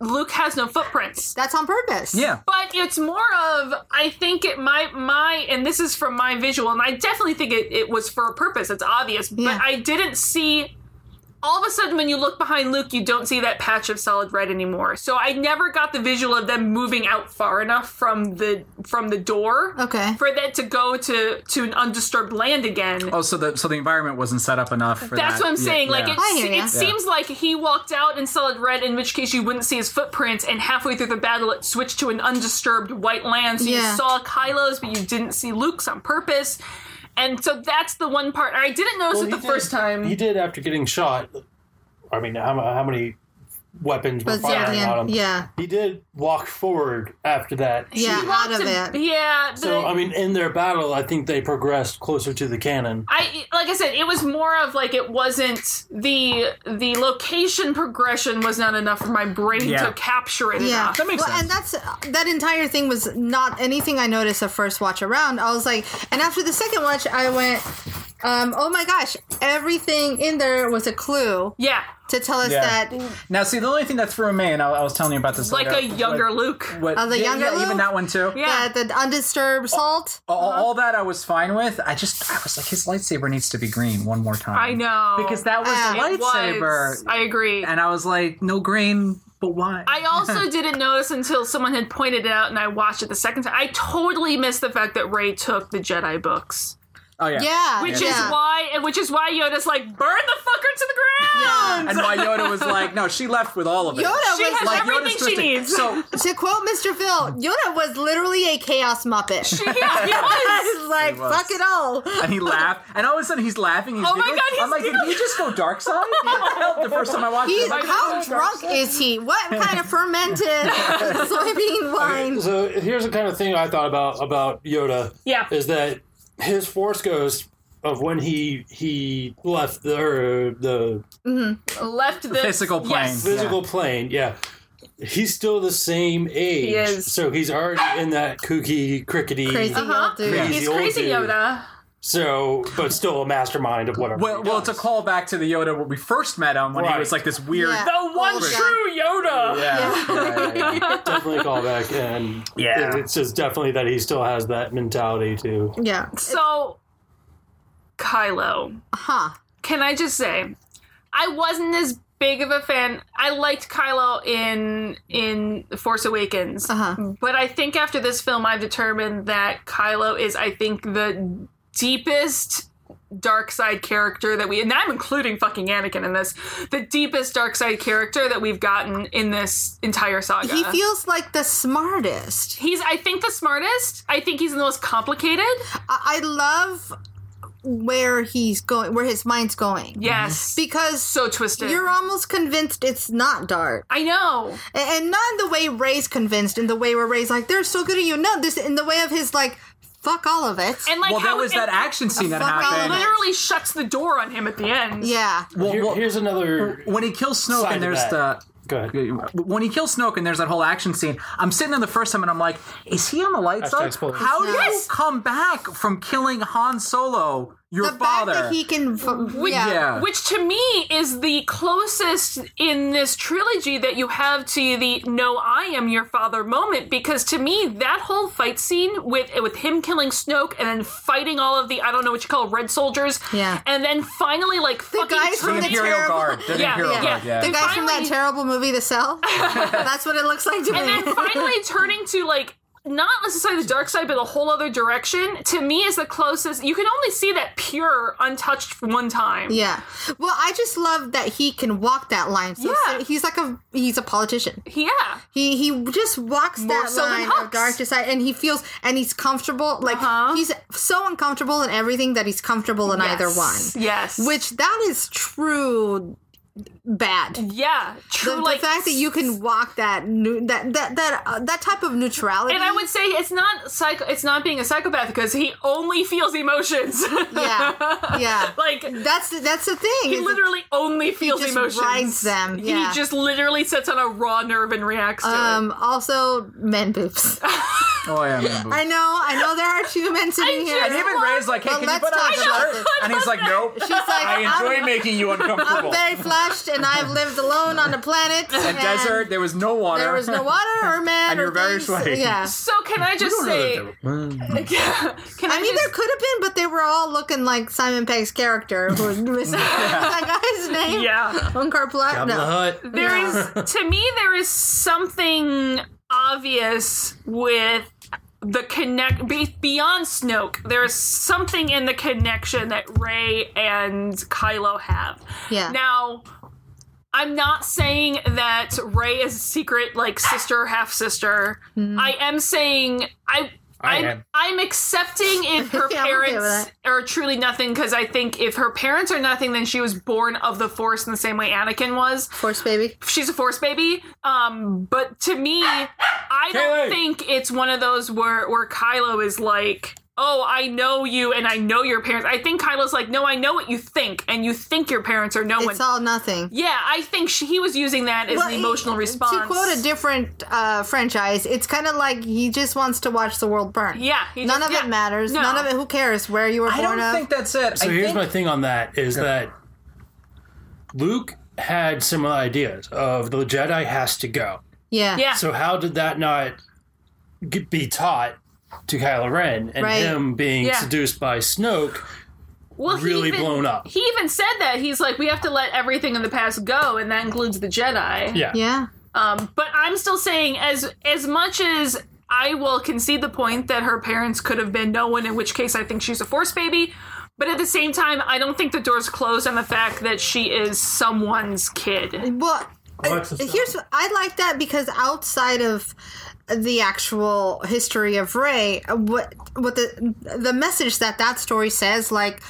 Speaker 1: Luke has no footprints.
Speaker 3: that's on purpose.
Speaker 2: yeah.
Speaker 1: But it's more of I think it my my and this is from my visual and I definitely think it, it was for a purpose. It's obvious.
Speaker 3: Yeah.
Speaker 1: But I didn't see all of a sudden when you look behind Luke, you don't see that patch of solid red anymore. So I never got the visual of them moving out far enough from the from the door.
Speaker 3: Okay.
Speaker 1: For that to go to to an undisturbed land again.
Speaker 2: (laughs) Oh, so the so the environment wasn't set up enough for
Speaker 1: That's
Speaker 2: that.
Speaker 1: what I'm
Speaker 2: Yeah,
Speaker 1: saying. Like
Speaker 2: yeah.
Speaker 1: it,
Speaker 3: I hear
Speaker 1: it
Speaker 3: ya. Yeah.
Speaker 1: seems like he walked out in solid red, in which case you wouldn't see his footprints. And halfway through the battle, it switched to an undisturbed white land, so
Speaker 3: Yeah.
Speaker 1: you saw Kylo's, but you didn't see Luke's on purpose. And so that's the one part I didn't notice
Speaker 4: Well,
Speaker 1: it
Speaker 4: he
Speaker 1: the
Speaker 4: did-
Speaker 1: first time.
Speaker 4: He did after getting shot. I mean, how, how many weapons were
Speaker 3: But yeah,
Speaker 4: firing
Speaker 3: the
Speaker 4: on
Speaker 3: end,
Speaker 4: him?
Speaker 3: yeah,
Speaker 4: He did walk forward after that.
Speaker 3: yeah,
Speaker 1: walked
Speaker 3: out of
Speaker 1: a-
Speaker 3: it.
Speaker 1: Yeah. but
Speaker 4: So, I mean, in their battle, I think they progressed closer to the cannon.
Speaker 1: I like I said, it was more of like it wasn't the the location progression was not enough for my brain
Speaker 2: Yeah.
Speaker 1: to capture it
Speaker 3: Yeah,
Speaker 1: enough.
Speaker 2: makes
Speaker 3: well,
Speaker 2: sense.
Speaker 3: And that's that entire thing was not anything I noticed the first watch around. I was like, and after the second watch, I went, um, oh my gosh, everything in there was a clue
Speaker 1: Yeah,
Speaker 3: to tell us
Speaker 2: Yeah.
Speaker 3: that
Speaker 2: Now, see, the only thing that threw me, and I, I was telling you about this,
Speaker 1: like
Speaker 2: later,
Speaker 1: a younger
Speaker 2: what-
Speaker 1: Luke.
Speaker 2: What,
Speaker 3: Oh, the
Speaker 2: yeah,
Speaker 3: younger
Speaker 2: yeah,
Speaker 3: Luke?
Speaker 2: even that one too.
Speaker 1: Yeah. uh-huh.
Speaker 3: that the undisturbed
Speaker 2: Oh.
Speaker 3: salt.
Speaker 2: all, all that I was fine with. I just I was like, his lightsaber needs to be green one more time.
Speaker 1: I know
Speaker 2: because that was
Speaker 3: Uh,
Speaker 2: the
Speaker 1: It
Speaker 2: lightsaber,
Speaker 1: was. I agree.
Speaker 2: and I was like, no green, but why?
Speaker 1: I
Speaker 2: (laughs)
Speaker 1: also didn't notice until someone had pointed it out and I watched it the second time. I totally missed the fact that Ray took the Jedi books.
Speaker 2: oh yeah,
Speaker 3: Yeah,
Speaker 1: Which
Speaker 3: yeah.
Speaker 1: is why and which is why Yoda's like, burn the fucker to the ground.
Speaker 2: And why Yoda was like, no, she left with all of it.
Speaker 3: Yoda
Speaker 1: She
Speaker 3: was
Speaker 1: has
Speaker 3: like,
Speaker 2: Like,
Speaker 1: everything
Speaker 2: Yoda's
Speaker 1: she
Speaker 2: twisted.
Speaker 1: needs. (laughs)
Speaker 2: So
Speaker 3: to quote Mr. Phil, Yoda was literally a chaos muppet.
Speaker 2: (laughs)
Speaker 3: She
Speaker 1: Yeah, he was.
Speaker 3: was like,
Speaker 2: was.
Speaker 3: fuck it all.
Speaker 2: and he laughed, and all of a sudden he's laughing. He's
Speaker 1: Oh my
Speaker 2: giggling.
Speaker 1: God, he's
Speaker 2: I'm like, did he just go dark
Speaker 1: (laughs)
Speaker 2: side? What the hell? The first time I watched
Speaker 3: He,
Speaker 2: it, I'm like,
Speaker 3: how drunk is he? What kind
Speaker 2: (laughs)
Speaker 3: of
Speaker 1: (laughs)
Speaker 3: fermented soybean wine?
Speaker 4: So here's the kind of thing I thought about about Yoda.
Speaker 1: Yeah.
Speaker 4: is that his force goes of when he he left the er, the
Speaker 1: Left the
Speaker 2: physical plane.
Speaker 1: Yes.
Speaker 4: physical plane. Yeah, he's still the same age.
Speaker 1: He is.
Speaker 4: So he's already in that kooky, crickety.
Speaker 3: Crazy
Speaker 1: Uh-huh.
Speaker 3: old dude.
Speaker 4: Yeah.
Speaker 1: He's
Speaker 4: The old
Speaker 1: crazy
Speaker 4: dude.
Speaker 1: Yoda.
Speaker 4: So, but still a mastermind of whatever.
Speaker 2: well,
Speaker 4: he
Speaker 2: well, it's a
Speaker 4: does.
Speaker 2: call back to the Yoda where we first met him when he
Speaker 4: Right.
Speaker 2: was like this weird.
Speaker 3: Yeah.
Speaker 1: The one
Speaker 3: Old guy.
Speaker 1: true Yoda.
Speaker 2: (laughs) Yeah. yeah, yeah, yeah.
Speaker 4: definitely a callback, and
Speaker 2: Yeah.
Speaker 4: it- it's just definitely that he still has that mentality too.
Speaker 3: Yeah.
Speaker 1: So Kylo.
Speaker 3: Huh.
Speaker 1: can I just say, I wasn't as big of a fan. I liked Kylo in in The Force Awakens,
Speaker 3: Uh-huh.
Speaker 1: but I think after this film, I've determined that Kylo is, I think, the deepest dark side character that we and I'm including fucking Anakin in this the deepest dark side character that we've gotten in this entire saga.
Speaker 3: He feels like the smartest.
Speaker 1: he's I think the smartest. I think he's the most complicated.
Speaker 3: I, I love where he's going, where his mind's going.
Speaker 1: Yes.
Speaker 3: Because
Speaker 1: so twisted.
Speaker 3: you're almost convinced it's not dark.
Speaker 1: I know.
Speaker 3: A- And not in the way Ray's convinced, in the way where Ray's like, they're so good at you. No, this in the way of his like, fuck all of it.
Speaker 1: And like
Speaker 2: well,
Speaker 1: how
Speaker 2: that was
Speaker 1: and-
Speaker 2: that action scene that
Speaker 3: fuck
Speaker 2: happened.
Speaker 3: element.
Speaker 1: literally shuts the door on him at the end.
Speaker 3: yeah.
Speaker 2: Well,
Speaker 4: Here-
Speaker 2: well,
Speaker 4: here's another.
Speaker 2: when he kills Snoke
Speaker 4: Side
Speaker 2: and
Speaker 4: to
Speaker 2: there's
Speaker 4: that.
Speaker 2: the
Speaker 4: Go ahead.
Speaker 2: when he kills Snoke and there's that whole action scene, I'm sitting there the first time and I'm like, is he on the light
Speaker 4: Hashtag
Speaker 2: side?
Speaker 4: spoilers.
Speaker 2: How do you
Speaker 1: Yes.
Speaker 2: come back from killing Han Solo, your
Speaker 3: the
Speaker 2: father?
Speaker 3: fact that he can, f-
Speaker 1: Which,
Speaker 3: yeah.
Speaker 2: Yeah.
Speaker 1: which to me is the closest in this trilogy that you have to the "No, I am your father" moment. Because to me, that whole fight scene with with him killing Snoke and then fighting all of the I don't know what you call red soldiers,
Speaker 3: Yeah.
Speaker 1: and then finally like fucking
Speaker 3: guys from
Speaker 1: turning-
Speaker 2: the
Speaker 3: the
Speaker 2: Imperial
Speaker 3: terrible-
Speaker 2: Guard. The
Speaker 1: Yeah,
Speaker 2: Imperial
Speaker 1: yeah.
Speaker 2: Guard, yeah.
Speaker 3: The guy from that
Speaker 1: finally- (laughs)
Speaker 3: terrible movie, The Cell. That's what it looks like to
Speaker 1: and
Speaker 3: me. (laughs)
Speaker 1: then finally turning to like not necessarily the dark side, but a whole other direction, to me is the closest. You can only see that pure, untouched one time.
Speaker 3: Yeah. Well, I just love that he can walk that line. So
Speaker 1: Yeah.
Speaker 3: so he's like a he's a politician.
Speaker 1: Yeah.
Speaker 3: He he just walks that
Speaker 1: so than
Speaker 3: line
Speaker 1: Hux.
Speaker 3: of dark side, and he feels and he's comfortable. Like
Speaker 1: Uh-huh.
Speaker 3: he's so uncomfortable in everything that he's comfortable in either
Speaker 1: Yes.
Speaker 3: one.
Speaker 1: Yes.
Speaker 3: Which that is true bad.
Speaker 1: yeah,
Speaker 3: The,
Speaker 1: true.
Speaker 3: the
Speaker 1: like
Speaker 3: fact that you can walk that new, that that that uh, that type of neutrality.
Speaker 1: And I would say it's not psycho. It's not being a psychopath because he only feels emotions. (laughs)
Speaker 3: yeah yeah
Speaker 1: like
Speaker 3: that's the- that's the thing.
Speaker 1: he
Speaker 3: is
Speaker 1: literally only feels
Speaker 3: just
Speaker 1: emotions.
Speaker 3: rides them, yeah.
Speaker 1: He just literally sits on a raw nerve and reacts to
Speaker 3: um also men boobs.
Speaker 2: Oh yeah, man.
Speaker 3: I know, I know there are two
Speaker 1: (laughs)
Speaker 3: men sitting here.
Speaker 2: and even Ray's like,
Speaker 3: But
Speaker 2: "Hey, can you
Speaker 3: let's
Speaker 2: put on
Speaker 3: talk
Speaker 2: a
Speaker 3: about
Speaker 2: shirt?"
Speaker 3: this.
Speaker 2: And he's like, "Nope."
Speaker 3: She's like,
Speaker 2: I enjoy
Speaker 3: I'm,
Speaker 2: making you
Speaker 3: I'm
Speaker 2: uncomfortable.
Speaker 3: very flushed, and I've lived alone on a planet.
Speaker 2: (laughs) A desert. There was no water.
Speaker 3: There was no water or man.
Speaker 2: And
Speaker 3: or
Speaker 2: you're very
Speaker 3: things.
Speaker 2: sweaty.
Speaker 3: Yeah.
Speaker 1: it. So can I just say? (laughs) can I,
Speaker 3: I mean,
Speaker 1: just,
Speaker 3: there could have been, but they were all looking like Simon Pegg's character, who was (laughs) missing that guy's name.
Speaker 1: Yeah.
Speaker 3: Onkar Plat.
Speaker 4: the
Speaker 3: No.
Speaker 4: hut.
Speaker 1: There is,
Speaker 3: (laughs)
Speaker 1: to me, there is something obvious with the connect be, beyond Snoke. There is something in the connection that Ray and Kylo have.
Speaker 3: Yeah.
Speaker 1: Now, I'm not saying that Ray is secret, like sister, half sister.
Speaker 3: Mm-hmm.
Speaker 1: I am saying I.
Speaker 4: I
Speaker 1: I'm,
Speaker 4: am.
Speaker 1: I'm accepting
Speaker 3: (laughs)
Speaker 1: if her
Speaker 3: Yeah, I'm okay with
Speaker 1: parents are truly nothing because I think if her parents are nothing, then she was born of the Force in the same way Anakin was
Speaker 3: Force baby.
Speaker 1: she's a force baby. Um, but to me, I don't
Speaker 4: Kaylee.
Speaker 1: think it's one of those where where Kylo is like, "Oh, I know you, and I know your parents." I think Kylo's like, "No, I know what you think, and you think your parents are no one."
Speaker 3: It's all nothing.
Speaker 1: yeah, I think she, he was using that as
Speaker 3: Well,
Speaker 1: an
Speaker 3: he-
Speaker 1: emotional response.
Speaker 3: To quote a different uh, franchise, it's kind of like he just wants to watch the world burn.
Speaker 1: Yeah, he
Speaker 3: None
Speaker 1: just-
Speaker 3: of
Speaker 1: yeah.
Speaker 3: it matters.
Speaker 1: No.
Speaker 3: None of it. Who cares where you were
Speaker 2: (laughs) I
Speaker 3: born
Speaker 2: don't
Speaker 3: of?
Speaker 2: think that's it.
Speaker 4: So
Speaker 2: I
Speaker 4: here's
Speaker 2: think-
Speaker 4: my thing on that is that Luke had similar ideas of the Jedi has to go.
Speaker 3: yeah.
Speaker 1: yeah,
Speaker 4: So how did that not get, be taught to Kylo Ren and
Speaker 3: Right.
Speaker 4: him being
Speaker 1: Yeah.
Speaker 4: seduced by Snoke?
Speaker 1: well, he
Speaker 4: really
Speaker 1: even-
Speaker 4: blown up.
Speaker 1: He even said that he's like, "We have to let everything in the past go, and that includes the Jedi."
Speaker 4: Yeah.
Speaker 3: Yeah.
Speaker 1: Um, but I'm still saying, as as much as I will concede the point that her parents could have been no one, in which case I think she's a force baby. But at the same time, I don't think the door's closed on the fact that she is someone's kid.
Speaker 3: Well, uh,
Speaker 4: Alexa, stop.
Speaker 3: here's I like that because outside of the actual history of Ray, what what the the message that that story says, like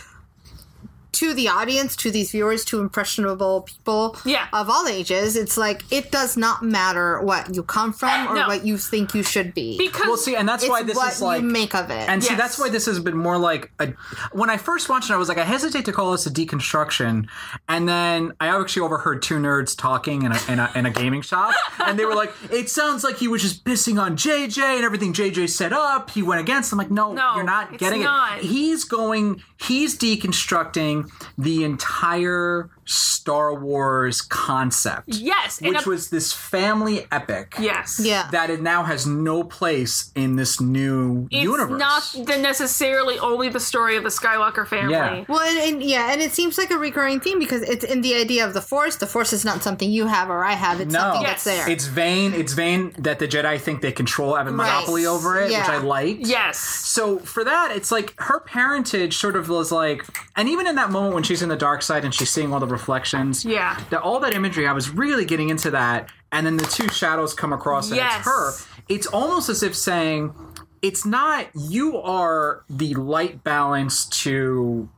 Speaker 3: to the audience, to these viewers, to impressionable people
Speaker 1: Yeah.
Speaker 3: of all ages, it's like it does not matter what you come from or
Speaker 1: No.
Speaker 3: what you think you should be.
Speaker 1: Because
Speaker 2: Well, see, and that's
Speaker 3: it's
Speaker 2: why this
Speaker 3: what
Speaker 2: is like
Speaker 3: you make of it.
Speaker 2: And see,
Speaker 1: Yes.
Speaker 2: that's why this has been more like a. When I first watched it, I was like, I hesitate to call this a deconstruction. And then I actually overheard two nerds talking in a, in a, in a gaming shop. And they were like, it sounds like he was just pissing on JJ and everything JJ set up. He went against. I'm like, no,
Speaker 1: No,
Speaker 2: you're not
Speaker 1: it's
Speaker 2: getting
Speaker 1: not.
Speaker 2: it. He's going, he's deconstructing the entire Star Wars concept.
Speaker 1: yes, and
Speaker 2: Which
Speaker 1: a-
Speaker 2: was this family epic
Speaker 1: yes,
Speaker 3: yeah,
Speaker 2: that it now has no place in this new
Speaker 1: It's
Speaker 2: universe.
Speaker 1: not the necessarily only the story of the Skywalker family.
Speaker 2: Yeah.
Speaker 3: Well, and, and yeah, and it seems like a recurring theme because it's in the idea of the force. The force is not something you have or I have. It's
Speaker 2: No.
Speaker 3: something
Speaker 1: Yes.
Speaker 3: that's there.
Speaker 2: It's vain. It's vain that the Jedi think they control, have a
Speaker 3: Right.
Speaker 2: monopoly over it, which
Speaker 3: Yeah.
Speaker 2: I like.
Speaker 1: Yes.
Speaker 2: So for that, it's like her parentage sort of was like, and even in that moment when she's in the dark side and she's seeing all the reflections,
Speaker 1: Yeah.
Speaker 2: that all that imagery, I was really getting into that, and then the two shadows come across and
Speaker 1: Yes.
Speaker 2: it's her. It's almost as if saying, it's not you are the light balance to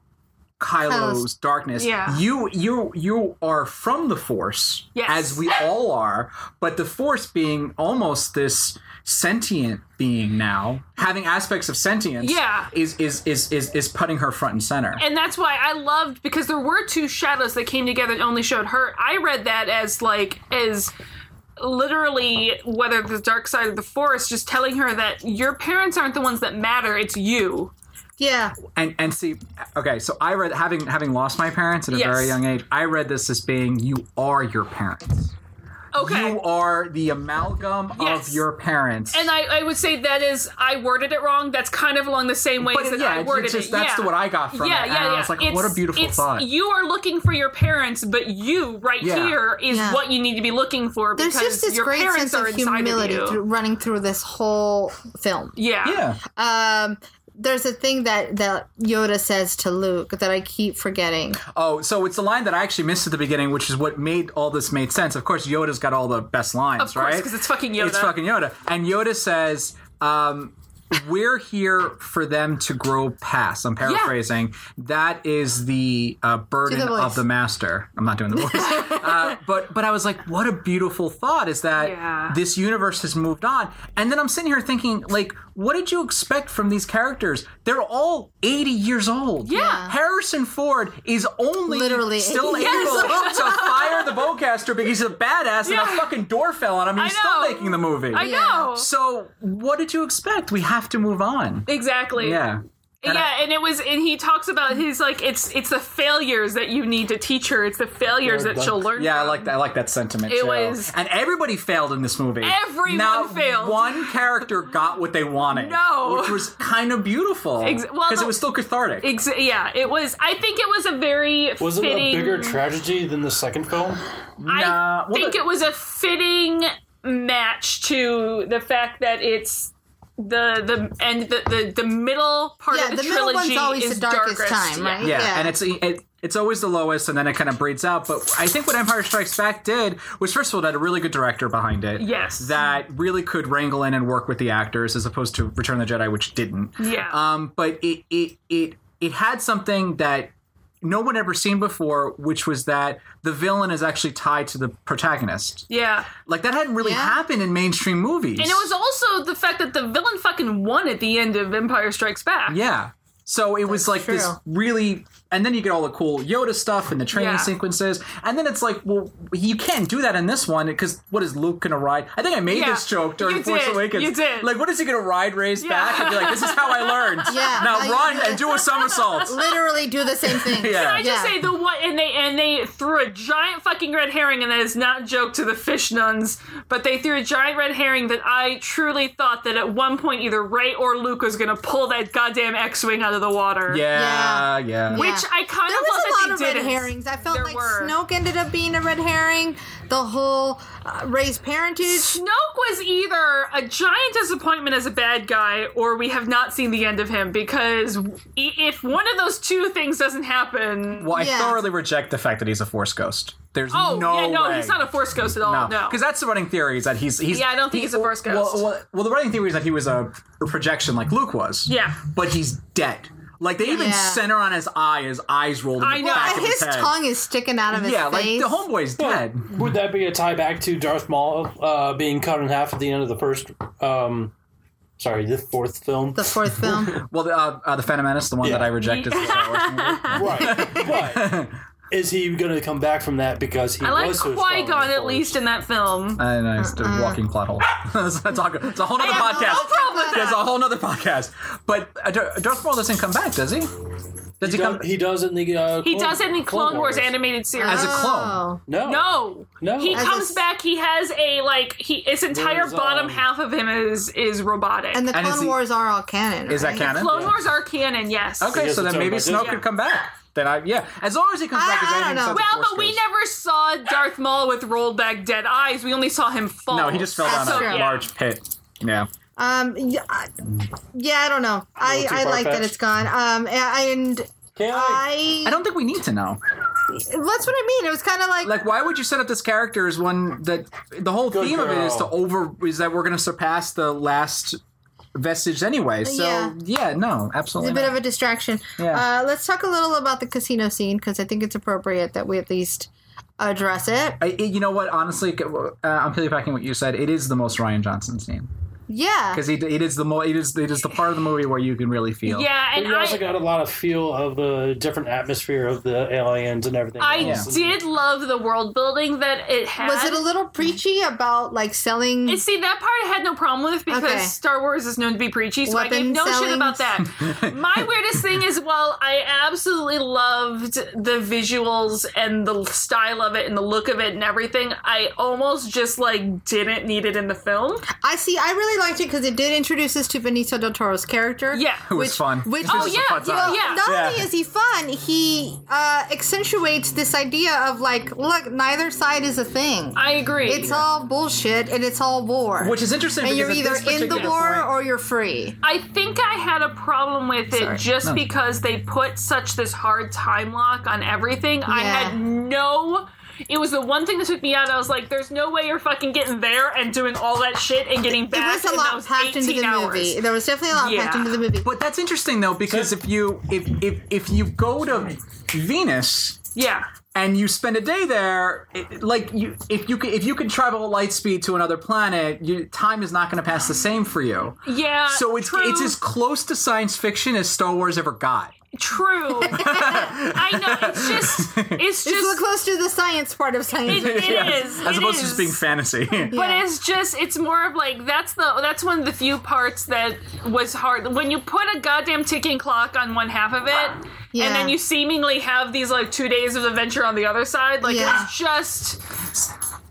Speaker 2: Kylo's
Speaker 3: Kylo's-
Speaker 2: darkness.
Speaker 1: Yeah.
Speaker 2: You you you are from the force
Speaker 1: Yes.
Speaker 2: as we all are, but the force being almost this sentient being now, having aspects of sentience
Speaker 1: Yeah.
Speaker 2: is is is is is putting her front and center.
Speaker 1: and that's why I loved because there were two shadows that came together and only showed her. I read that as like as literally whether the dark side of the force just telling her that your parents aren't the ones that matter it's you
Speaker 3: yeah,
Speaker 2: and and see okay so i read having having lost my parents at a
Speaker 1: Yes.
Speaker 2: very young age i read this as being you are your parents
Speaker 1: Okay.
Speaker 2: You are the amalgam
Speaker 1: Yes.
Speaker 2: of your parents.
Speaker 1: And I, I would say that is I worded it wrong. That's kind of along the same way
Speaker 2: But
Speaker 1: as
Speaker 2: it-
Speaker 1: that
Speaker 2: yeah,
Speaker 1: I
Speaker 2: it's
Speaker 1: worded
Speaker 2: just-
Speaker 1: it.
Speaker 2: that's
Speaker 1: yeah.
Speaker 2: the- what I got from
Speaker 1: yeah,
Speaker 2: it,
Speaker 1: Yeah,
Speaker 2: and I
Speaker 1: yeah,
Speaker 2: was like, what a beautiful
Speaker 1: it's,
Speaker 2: thought.
Speaker 1: You are looking for your parents, but you right
Speaker 2: Yeah.
Speaker 1: here is
Speaker 3: Yeah.
Speaker 1: what you need to be looking for
Speaker 3: There's
Speaker 1: because
Speaker 3: just this
Speaker 1: your
Speaker 3: great
Speaker 1: parents
Speaker 3: sense
Speaker 1: are
Speaker 3: of
Speaker 1: inside
Speaker 3: humility
Speaker 1: of you.
Speaker 3: through, running through this whole film.
Speaker 1: yeah.
Speaker 2: yeah.
Speaker 1: Uh,
Speaker 3: Um, there's a thing that, that Yoda says to Luke that I keep
Speaker 2: (gasps)
Speaker 3: forgetting.
Speaker 2: Oh, so it's the line that I actually missed at the beginning, which is what made all this made sense. Of course, Yoda's got all the best lines,
Speaker 1: Of course,
Speaker 2: right?
Speaker 1: 'cause it's fucking Yoda.
Speaker 2: It's fucking Yoda. And Yoda says, um, we're here for them to grow past. I'm paraphrasing. That is the uh, burden
Speaker 3: Do the voice.
Speaker 2: of the master. I'm not doing the voice.
Speaker 1: (laughs)
Speaker 2: uh, but but I was like, what a beautiful thought is that
Speaker 1: Yeah.
Speaker 2: this universe has moved on. And then I'm sitting here thinking, like, what did you expect from these characters? They're all 80 years old.
Speaker 1: Yeah.
Speaker 2: Harrison Ford is only
Speaker 3: Literally
Speaker 2: still
Speaker 3: 80
Speaker 1: years
Speaker 2: able
Speaker 1: old.
Speaker 2: to fire the bowcaster because he's a badass and
Speaker 1: Yeah.
Speaker 2: a fucking door fell on him.
Speaker 1: I
Speaker 2: He's still
Speaker 1: know.
Speaker 2: making the movie.
Speaker 1: I know.
Speaker 2: So what did you expect? We have to move on.
Speaker 1: Exactly.
Speaker 2: Yeah. And
Speaker 1: yeah, and it was, and he talks about his like it's it's the failures that you need to teach her. It's the failures that she'll learn.
Speaker 2: Yeah, I
Speaker 1: from.
Speaker 2: like that. I like that sentiment.
Speaker 1: It
Speaker 2: too.
Speaker 1: was-
Speaker 2: and everybody failed in this movie.
Speaker 1: Everyone
Speaker 2: Not
Speaker 1: failed.
Speaker 2: One character got what they wanted.
Speaker 1: No.
Speaker 2: which was kind of beautiful
Speaker 1: Ex-
Speaker 2: because
Speaker 1: well, the-
Speaker 2: it was still cathartic.
Speaker 1: Ex- yeah, it was. I think it was a very
Speaker 4: Was it
Speaker 1: fitting,
Speaker 4: a bigger tragedy than the second film?
Speaker 1: I
Speaker 2: Nah, well,
Speaker 1: think
Speaker 2: the-
Speaker 1: it was a fitting match to the fact that it's the the and the the, the middle part
Speaker 3: Yeah,
Speaker 1: of the,
Speaker 3: the middle
Speaker 1: trilogy
Speaker 3: one's always
Speaker 1: is
Speaker 3: the darkest time,
Speaker 1: yeah.
Speaker 3: right?
Speaker 2: yeah,
Speaker 3: Yeah.
Speaker 2: and it's it, it's always the lowest, and then it kind of breeds out. But I think what Empire Strikes Back did was, first of all, it had a really good director behind it.
Speaker 1: Yes.
Speaker 2: that really could wrangle in and work with the actors, as opposed to Return of the Jedi, which didn't.
Speaker 1: Yeah.
Speaker 2: Um, but it it it it had something that no one ever seen before, which was that the villain is actually tied to the protagonist.
Speaker 1: yeah.
Speaker 2: Like that hadn't really
Speaker 3: Yeah.
Speaker 2: happened in mainstream movies.
Speaker 1: And it was also the fact that the villain fucking won at the end of Empire Strikes Back.
Speaker 2: Yeah. So it was
Speaker 3: That's
Speaker 2: like this
Speaker 3: true.
Speaker 2: really, and then you get all the cool Yoda stuff and the training
Speaker 1: Yeah.
Speaker 2: sequences, and then it's like, well, you can't do that in this one because what is Luke gonna ride? I think I made
Speaker 1: Yeah.
Speaker 2: this joke during
Speaker 1: You
Speaker 2: Force
Speaker 1: did.
Speaker 2: Awakens.
Speaker 1: You did.
Speaker 2: Like, what is he gonna ride? Raise
Speaker 1: Yeah.
Speaker 2: back and be like, this is how I learned.
Speaker 1: (laughs)
Speaker 3: Yeah.
Speaker 2: Now
Speaker 3: Like-
Speaker 2: run and do a somersault.
Speaker 3: Literally do the same thing.
Speaker 2: Yeah.
Speaker 1: I just say the one, and they and they threw a giant fucking red herring, and that is not a joke to the fish nuns, but they threw a giant red herring that I truly thought that at one point either Ray or Luke was gonna pull that goddamn X-wing out of the water.
Speaker 2: yeah, yeah.
Speaker 1: which
Speaker 3: Yeah.
Speaker 1: I kind
Speaker 3: there
Speaker 1: of love
Speaker 3: was
Speaker 1: that
Speaker 3: a lot of
Speaker 1: they
Speaker 3: red
Speaker 1: didn't.
Speaker 3: herrings. I felt
Speaker 1: There
Speaker 3: like
Speaker 1: were.
Speaker 3: Snoke ended up being a red herring. The whole uh, raised parentage.
Speaker 1: Snoke was either a giant disappointment as a bad guy, or we have not seen the end of him. Because i- if one of those two things doesn't happen,
Speaker 2: Well, I
Speaker 3: Yeah.
Speaker 2: thoroughly reject the fact that he's a Force ghost. There's
Speaker 1: oh
Speaker 2: no
Speaker 1: yeah, no,
Speaker 2: way.
Speaker 1: he's not a Force ghost at all. No,
Speaker 2: because that's the running theory is that he's he's
Speaker 1: Yeah, I don't think he's a Force ghost.
Speaker 2: Well, well, well, the running theory is that he was a projection like Luke was.
Speaker 1: Yeah.
Speaker 2: but he's dead. Like they even
Speaker 3: Yeah.
Speaker 2: center on his eye, his eyes rolled. In
Speaker 1: I
Speaker 2: the
Speaker 1: know.
Speaker 2: back
Speaker 1: Well,
Speaker 2: of
Speaker 3: His
Speaker 2: his, head.
Speaker 3: tongue is sticking out of his
Speaker 2: Yeah,
Speaker 3: face.
Speaker 2: like the homeboy's dead.
Speaker 4: Would that be a tie back to Darth Maul uh, being cut in half at the end of the first? Um, sorry, the fourth film.
Speaker 3: the fourth film.
Speaker 2: Well, the, uh, uh, the Phantom Menace, the one that
Speaker 4: Yeah.
Speaker 2: I rejected. as a
Speaker 1: (laughs)
Speaker 2: Star Wars movie.
Speaker 4: right, but is he going to come back from that because he
Speaker 1: I like
Speaker 4: was so strong in
Speaker 1: Qui
Speaker 4: the
Speaker 1: Gon at
Speaker 4: Force?
Speaker 1: least in that film.
Speaker 2: I know it's the walking plot hole. (laughs) That's all good. it's a whole nother
Speaker 1: Uh-uh. I have no
Speaker 2: podcast.
Speaker 1: problem with
Speaker 2: There's a
Speaker 1: that.
Speaker 2: whole nother podcast. But uh, Dar- Darth Maul doesn't come back, does he? Does he,
Speaker 4: He
Speaker 2: come
Speaker 4: does, he does in the uh,
Speaker 1: He does it in the Clone Wars animated series.
Speaker 2: (laughs) as a clone?
Speaker 3: Oh.
Speaker 4: No,
Speaker 1: no,
Speaker 4: No.
Speaker 1: He
Speaker 4: As
Speaker 3: a
Speaker 1: comes
Speaker 3: s-
Speaker 1: back. He has a like. He his entire
Speaker 4: There's,
Speaker 1: bottom
Speaker 4: um,
Speaker 1: half of him is is robotic.
Speaker 3: And the
Speaker 2: And is
Speaker 3: Clone
Speaker 2: he-
Speaker 3: Wars are all canon.
Speaker 2: Is that
Speaker 3: right?
Speaker 2: canon?
Speaker 1: Clone Wars are canon, yes.
Speaker 2: Okay,
Speaker 4: Because
Speaker 2: so
Speaker 4: it's
Speaker 2: then
Speaker 4: owned
Speaker 2: maybe
Speaker 4: by
Speaker 2: Snoke
Speaker 4: Disney.
Speaker 2: could come back. Then I yeah, as long as he comes
Speaker 3: I-
Speaker 2: back as
Speaker 3: I don't
Speaker 2: anything.
Speaker 3: know.
Speaker 2: besides
Speaker 1: Well,
Speaker 2: a Force
Speaker 1: but we
Speaker 2: ghost.
Speaker 1: never saw Darth Maul with rolled back dead eyes. We only saw him fall.
Speaker 2: No, he just fell down
Speaker 3: That's
Speaker 2: a
Speaker 3: true.
Speaker 2: large pit. Yeah.
Speaker 3: Um, yeah, I- yeah, I don't know. I,
Speaker 4: too
Speaker 3: I like that
Speaker 4: far-fetched.
Speaker 3: it's gone. Um, and
Speaker 4: Okay,
Speaker 2: I
Speaker 3: I,
Speaker 2: don't think we need to know.
Speaker 3: that's what I mean. It was kind of like,
Speaker 2: Like, why would you set up this character as one that the whole
Speaker 4: Good
Speaker 2: theme of it is to
Speaker 4: girl.
Speaker 2: over is that we're going to surpass the last vestige anyway. So
Speaker 3: Yeah.
Speaker 2: yeah, no, absolutely.
Speaker 3: it's a bit
Speaker 2: not.
Speaker 3: of a distraction.
Speaker 2: Yeah.
Speaker 3: Uh, let's talk a little about the casino scene because I think it's appropriate that we at least address it.
Speaker 2: I, it- you know what? Honestly, uh, I'm piggybacking what you said. It is the most Ryan Johnson scene.
Speaker 3: Yeah.
Speaker 2: because he it is the mo- it is it is the part of the movie where you can really feel.
Speaker 1: Yeah, and
Speaker 4: You also
Speaker 1: I,
Speaker 4: got a lot of feel of the different atmosphere of the aliens and everything.
Speaker 1: I
Speaker 4: else.
Speaker 1: did love the world building that it had.
Speaker 3: Was it a little preachy about like selling?
Speaker 1: And see, that part I had no problem with because
Speaker 3: Okay.
Speaker 1: Star Wars is known to be preachy, so I
Speaker 3: Weapon
Speaker 1: gave no shit
Speaker 3: selling.
Speaker 1: about that. (laughs) My weirdest thing is, while I absolutely loved the visuals and the style of it and the look of it and everything, I almost just like didn't need it in the film.
Speaker 3: I see. I really liked it because it did introduce us to Benicio del Toro's character.
Speaker 1: Yeah.
Speaker 2: It was
Speaker 3: Which-
Speaker 2: fun.
Speaker 3: which-
Speaker 2: This
Speaker 3: Oh,
Speaker 2: is a
Speaker 1: yeah,
Speaker 2: fun
Speaker 1: yeah,
Speaker 2: time.
Speaker 1: yeah.
Speaker 3: Not
Speaker 2: Yeah.
Speaker 3: only is he fun, he uh, accentuates this idea of like, look, neither side is a thing.
Speaker 1: I agree.
Speaker 3: It's all bullshit and it's all war.
Speaker 2: Which is interesting
Speaker 3: And you're
Speaker 2: because at
Speaker 3: either
Speaker 2: this
Speaker 3: in the
Speaker 2: particular
Speaker 3: war
Speaker 2: point-
Speaker 3: or you're free.
Speaker 1: I think I had a problem with it
Speaker 3: Sorry.
Speaker 1: just because they put such this hard time lock on everything. I
Speaker 3: Yeah.
Speaker 1: had no. It was the one thing that took me out. I was like, "There's no way you're fucking getting there and doing all that shit and getting
Speaker 3: There
Speaker 1: back."
Speaker 3: was a
Speaker 1: and that
Speaker 3: lot
Speaker 1: was
Speaker 3: packed into
Speaker 1: 18
Speaker 3: the
Speaker 1: hours.
Speaker 3: movie. There was definitely a lot packed
Speaker 1: Yeah.
Speaker 3: into the movie.
Speaker 2: But that's interesting though because if you if if if you go to Venus
Speaker 1: Yeah,
Speaker 2: and you spend a day there, it, like you if you can, if you can travel at light speed to another planet, you, time is not going to pass the same for you.
Speaker 1: yeah.
Speaker 2: So it's
Speaker 1: Uh, true,
Speaker 2: it's as close to science fiction as Star Wars ever got. (laughs)
Speaker 1: true. I know. It's just. It's
Speaker 3: It's
Speaker 1: just.
Speaker 3: close to the science part of science.
Speaker 1: It,
Speaker 2: (laughs)
Speaker 1: it is.
Speaker 2: As
Speaker 1: it
Speaker 2: opposed to
Speaker 1: is.
Speaker 2: just being fantasy.
Speaker 1: (laughs) But it's just it's more of like that's the that's one of the few parts that was hard when you put a goddamn ticking clock on one half of it
Speaker 3: Yeah.
Speaker 1: and then you seemingly have these like two days of adventure on the other side like
Speaker 3: Yeah.
Speaker 1: it's just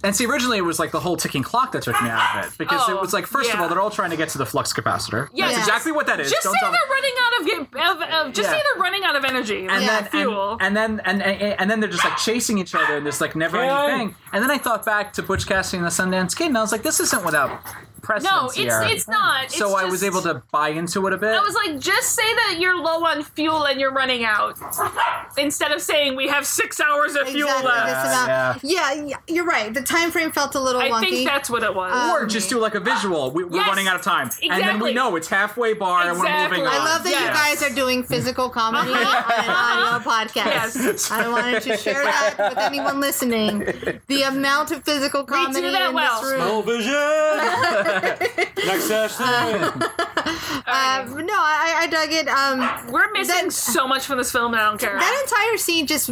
Speaker 2: And see, originally it was like the whole ticking clock that took me out of it because
Speaker 1: Oh,
Speaker 2: it was like, first of
Speaker 1: yeah.
Speaker 2: all, they're all trying to get to the flux capacitor.
Speaker 1: Yeah.
Speaker 2: that's
Speaker 1: Yes.
Speaker 2: exactly what that is.
Speaker 1: just
Speaker 2: Don't
Speaker 1: say
Speaker 2: tell me.
Speaker 1: they're running out of, ga- of, of just
Speaker 2: Yeah.
Speaker 1: say they're running out of energy
Speaker 2: and
Speaker 1: like,
Speaker 3: Yeah.
Speaker 2: then
Speaker 1: fuel
Speaker 2: And, and then and, and and then they're just like chasing each other and there's like never
Speaker 4: Yeah.
Speaker 2: ending thing. And then I thought back to Butch Cassidy and the Sundance Kid and I was like, this isn't without precedent
Speaker 1: no it's
Speaker 2: here.
Speaker 1: it's not It's
Speaker 2: so I was
Speaker 1: just-
Speaker 2: able to buy into it a bit.
Speaker 1: I was like, just say that you're low on fuel and you're running out, instead of saying we have six hours of fuel
Speaker 3: Exactly.
Speaker 1: left.
Speaker 3: This amount. Yeah. yeah, you're right. The time frame felt a little
Speaker 1: I
Speaker 3: wonky.
Speaker 1: think that's what it was.
Speaker 3: Uh,
Speaker 2: or just do like a visual. We, we're
Speaker 1: Yes,
Speaker 2: running out of time, and then
Speaker 1: exactly.
Speaker 2: we know it's halfway bar, and we're
Speaker 1: Exactly.
Speaker 2: moving on.
Speaker 3: I love that
Speaker 1: Yes. Uh-huh.
Speaker 3: you guys are doing physical comedy on an audio podcast.
Speaker 1: Yes.
Speaker 3: I wanted to share that with anyone listening. The amount of physical comedy
Speaker 1: do that
Speaker 3: in
Speaker 1: well.
Speaker 3: this room. (laughs)
Speaker 4: Television. Next session.
Speaker 3: Uh, no, I, I dug it. Um,
Speaker 1: We're missing
Speaker 3: Then-
Speaker 1: so much from this film, and I don't care.
Speaker 3: that entire scene just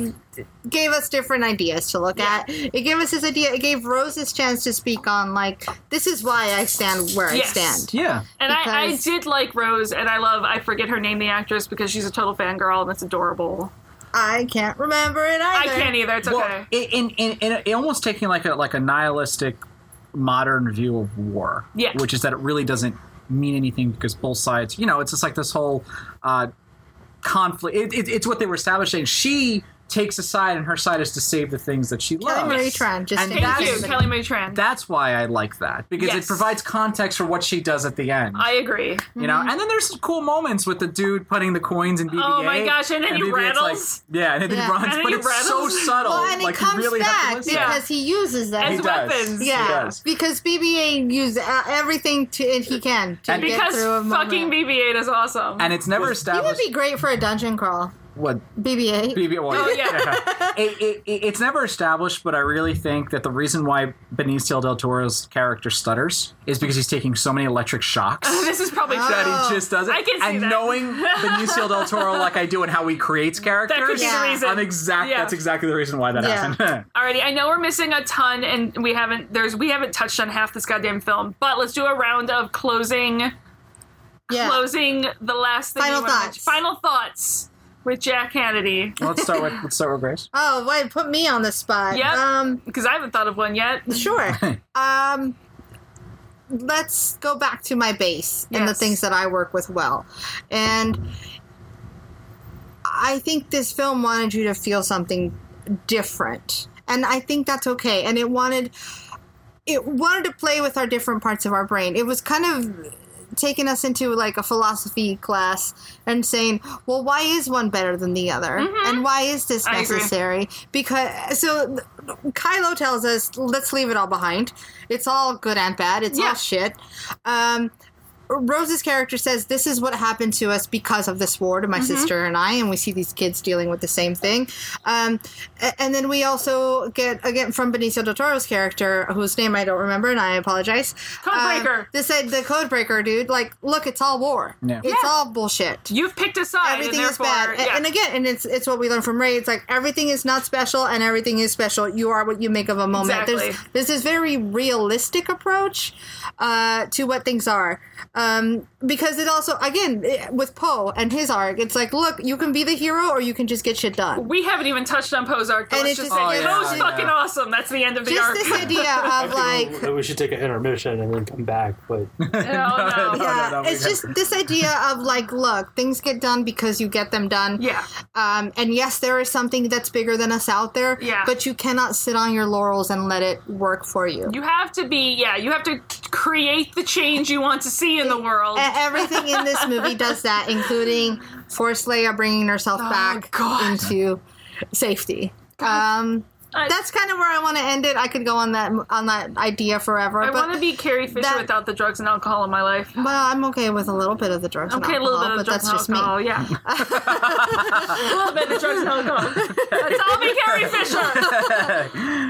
Speaker 3: gave us different ideas to look at. It gave us this idea. It gave Rose this chance to speak on, like, this is why I stand where
Speaker 1: Yes.
Speaker 3: I stand.
Speaker 2: Yeah.
Speaker 1: and I, I
Speaker 3: because-
Speaker 1: did like Rose, and I love, I forget her name, the actress, because she's a total fangirl, and that's adorable.
Speaker 3: I can't remember it
Speaker 1: I
Speaker 3: either.
Speaker 1: can't either, it's okay.
Speaker 2: Well, in, in, in, in almost taking like a like a nihilistic modern view of war,
Speaker 1: Yeah.
Speaker 2: which is that it really doesn't mean anything because both sides, you know, it's just like this whole uh, conflict. It, it, it's what they were establishing. She takes a side, and her side is to save the things that she
Speaker 3: Kelly
Speaker 2: loves.
Speaker 3: Marie Tran, just
Speaker 2: And
Speaker 1: Thank
Speaker 3: to-
Speaker 2: that's-
Speaker 1: you, Kelly Mae Tran.
Speaker 2: That's why I like that because
Speaker 1: Yes.
Speaker 2: it provides context for what she does at the end.
Speaker 1: I agree.
Speaker 2: you know, and then there's some cool moments with the dude putting the coins in BB-8.
Speaker 1: Oh my gosh, and then he
Speaker 2: BB-8's like-
Speaker 1: rattles.
Speaker 2: yeah, and then
Speaker 3: Yeah.
Speaker 2: he runs,
Speaker 1: And then
Speaker 2: but
Speaker 1: he
Speaker 2: it's so
Speaker 1: rattles.
Speaker 2: subtle.
Speaker 3: Well, and it
Speaker 2: like you
Speaker 3: comes
Speaker 2: really have to
Speaker 3: back
Speaker 2: listen.
Speaker 3: because he uses that.
Speaker 1: As
Speaker 2: does.
Speaker 1: weapons.
Speaker 2: He
Speaker 3: Yeah,
Speaker 2: does.
Speaker 3: because BB-8 uses uh, everything to and he can to
Speaker 2: And-
Speaker 3: get
Speaker 1: Because
Speaker 3: through a moment.
Speaker 1: fucking BB 8 is awesome.
Speaker 2: and it's never
Speaker 3: he would
Speaker 2: established
Speaker 3: be great for a dungeon crawl.
Speaker 2: what
Speaker 3: BB-8.
Speaker 2: BB. Well,
Speaker 1: Oh, yeah.
Speaker 2: (laughs) it, it, it- it's never established, but I really think that the reason why Benicio del Toro's character stutters is because he's taking so many
Speaker 1: (laughs)
Speaker 2: electric
Speaker 1: (laughs)
Speaker 2: shocks.
Speaker 1: this is probably
Speaker 3: Uh,
Speaker 1: true.
Speaker 2: That he just doesn't.
Speaker 1: I can see
Speaker 2: and
Speaker 1: that.
Speaker 2: knowing Benicio del Toro like I do and how he creates characters,
Speaker 1: That could be
Speaker 3: Yeah.
Speaker 1: the reason.
Speaker 2: I'm exact.
Speaker 1: Yeah.
Speaker 2: That's exactly the reason why that
Speaker 3: Yeah.
Speaker 2: happened. (laughs)
Speaker 1: Alrighty, I know we're missing a ton, and we haven't there's we haven't touched on half this goddamn film. But let's do a round of closing
Speaker 3: yeah.
Speaker 1: closing the last thing.
Speaker 3: Final
Speaker 1: you wanna
Speaker 3: thoughts.
Speaker 1: mention. Final thoughts with Jack Hannity
Speaker 2: let's start with let's start with Grace.
Speaker 3: Oh, wait, put me on the spot.
Speaker 1: Yep.
Speaker 3: Um,
Speaker 1: because I haven't thought of one yet.
Speaker 3: sure. um, let's go back to my base and the
Speaker 1: Yes.
Speaker 3: things that I work with well. And I think this film wanted you to feel something different. And I think that's okay. And it wanted it wanted to play with our different parts of our brain. It was kind of taking us into like a philosophy class and saying, "Well, why is one better than the other? And why is this
Speaker 1: Mm-hmm. I agree.
Speaker 3: necessary?" Because so Kylo tells us, "Let's leave it all behind. It's all good and bad. It's
Speaker 1: Yeah.
Speaker 3: all shit." Um Rose's character says, This is what happened to us because of this war to my sister and I. And we see these kids dealing with the same thing. Um, a- and then we also get, again, from Benicio del Toro's character, whose name I don't remember, and I apologize.
Speaker 1: Codebreaker.
Speaker 3: Um, this, uh, the Codebreaker dude, like, look, it's all war.
Speaker 2: Yeah.
Speaker 3: It's all bullshit
Speaker 1: You've picked a side.
Speaker 3: everything
Speaker 1: and
Speaker 3: is
Speaker 1: therefore,
Speaker 3: bad. A-
Speaker 1: yeah.
Speaker 3: And again, and it's it's what we learned from Ray. It's like everything is not special, and everything is special. You are what you make of a moment. There's
Speaker 1: Exactly.
Speaker 3: there's this very realistic approach uh, to what things are, um, because it also again it- with Poe and his arc, it's like look, you can be the hero or you can just get shit done.
Speaker 1: we haven't even touched on Poe's arc. But
Speaker 3: And
Speaker 1: let's
Speaker 3: it's
Speaker 1: just
Speaker 3: just-
Speaker 1: say
Speaker 2: Oh, yeah,
Speaker 1: Poe's
Speaker 2: yeah.
Speaker 1: fucking awesome. That's the end of the
Speaker 3: Just
Speaker 1: arc. (laughs)
Speaker 3: this idea of like
Speaker 5: that we should take an intermission and then come back. But
Speaker 2: (laughs)
Speaker 1: Oh, no.
Speaker 2: no,
Speaker 3: yeah,
Speaker 2: no, we
Speaker 3: uh, it's
Speaker 2: have-
Speaker 3: just this idea of like, look, things get done because you get them done.
Speaker 1: Yeah.
Speaker 3: Um, and yes, there is something that's bigger than us out there.
Speaker 1: Yeah.
Speaker 3: But you cannot sit on your laurels and let it work for you.
Speaker 1: You have to be, yeah, you have to create the change you want to see in the world.
Speaker 3: E- Everything in this movie
Speaker 1: (laughs)
Speaker 3: does that, including Force Leia bringing herself back
Speaker 1: Oh, God.
Speaker 3: into safety. Um,
Speaker 1: I-
Speaker 3: that's kind of where I want to end it. I could go on that on that idea forever.
Speaker 1: I
Speaker 3: but,
Speaker 1: want to be Carrie Fisher
Speaker 3: that-
Speaker 1: without the drugs and alcohol in my life.
Speaker 3: Well, I'm okay with a little bit of the drugs. and
Speaker 1: Okay, a little bit
Speaker 3: alcohol,
Speaker 1: of
Speaker 3: but
Speaker 1: drugs
Speaker 3: that's
Speaker 1: and
Speaker 3: just me.
Speaker 1: alcohol,
Speaker 3: (laughs)
Speaker 1: yeah. (laughs) a little bit of drugs and alcohol. That's all me, Carrie Fisher.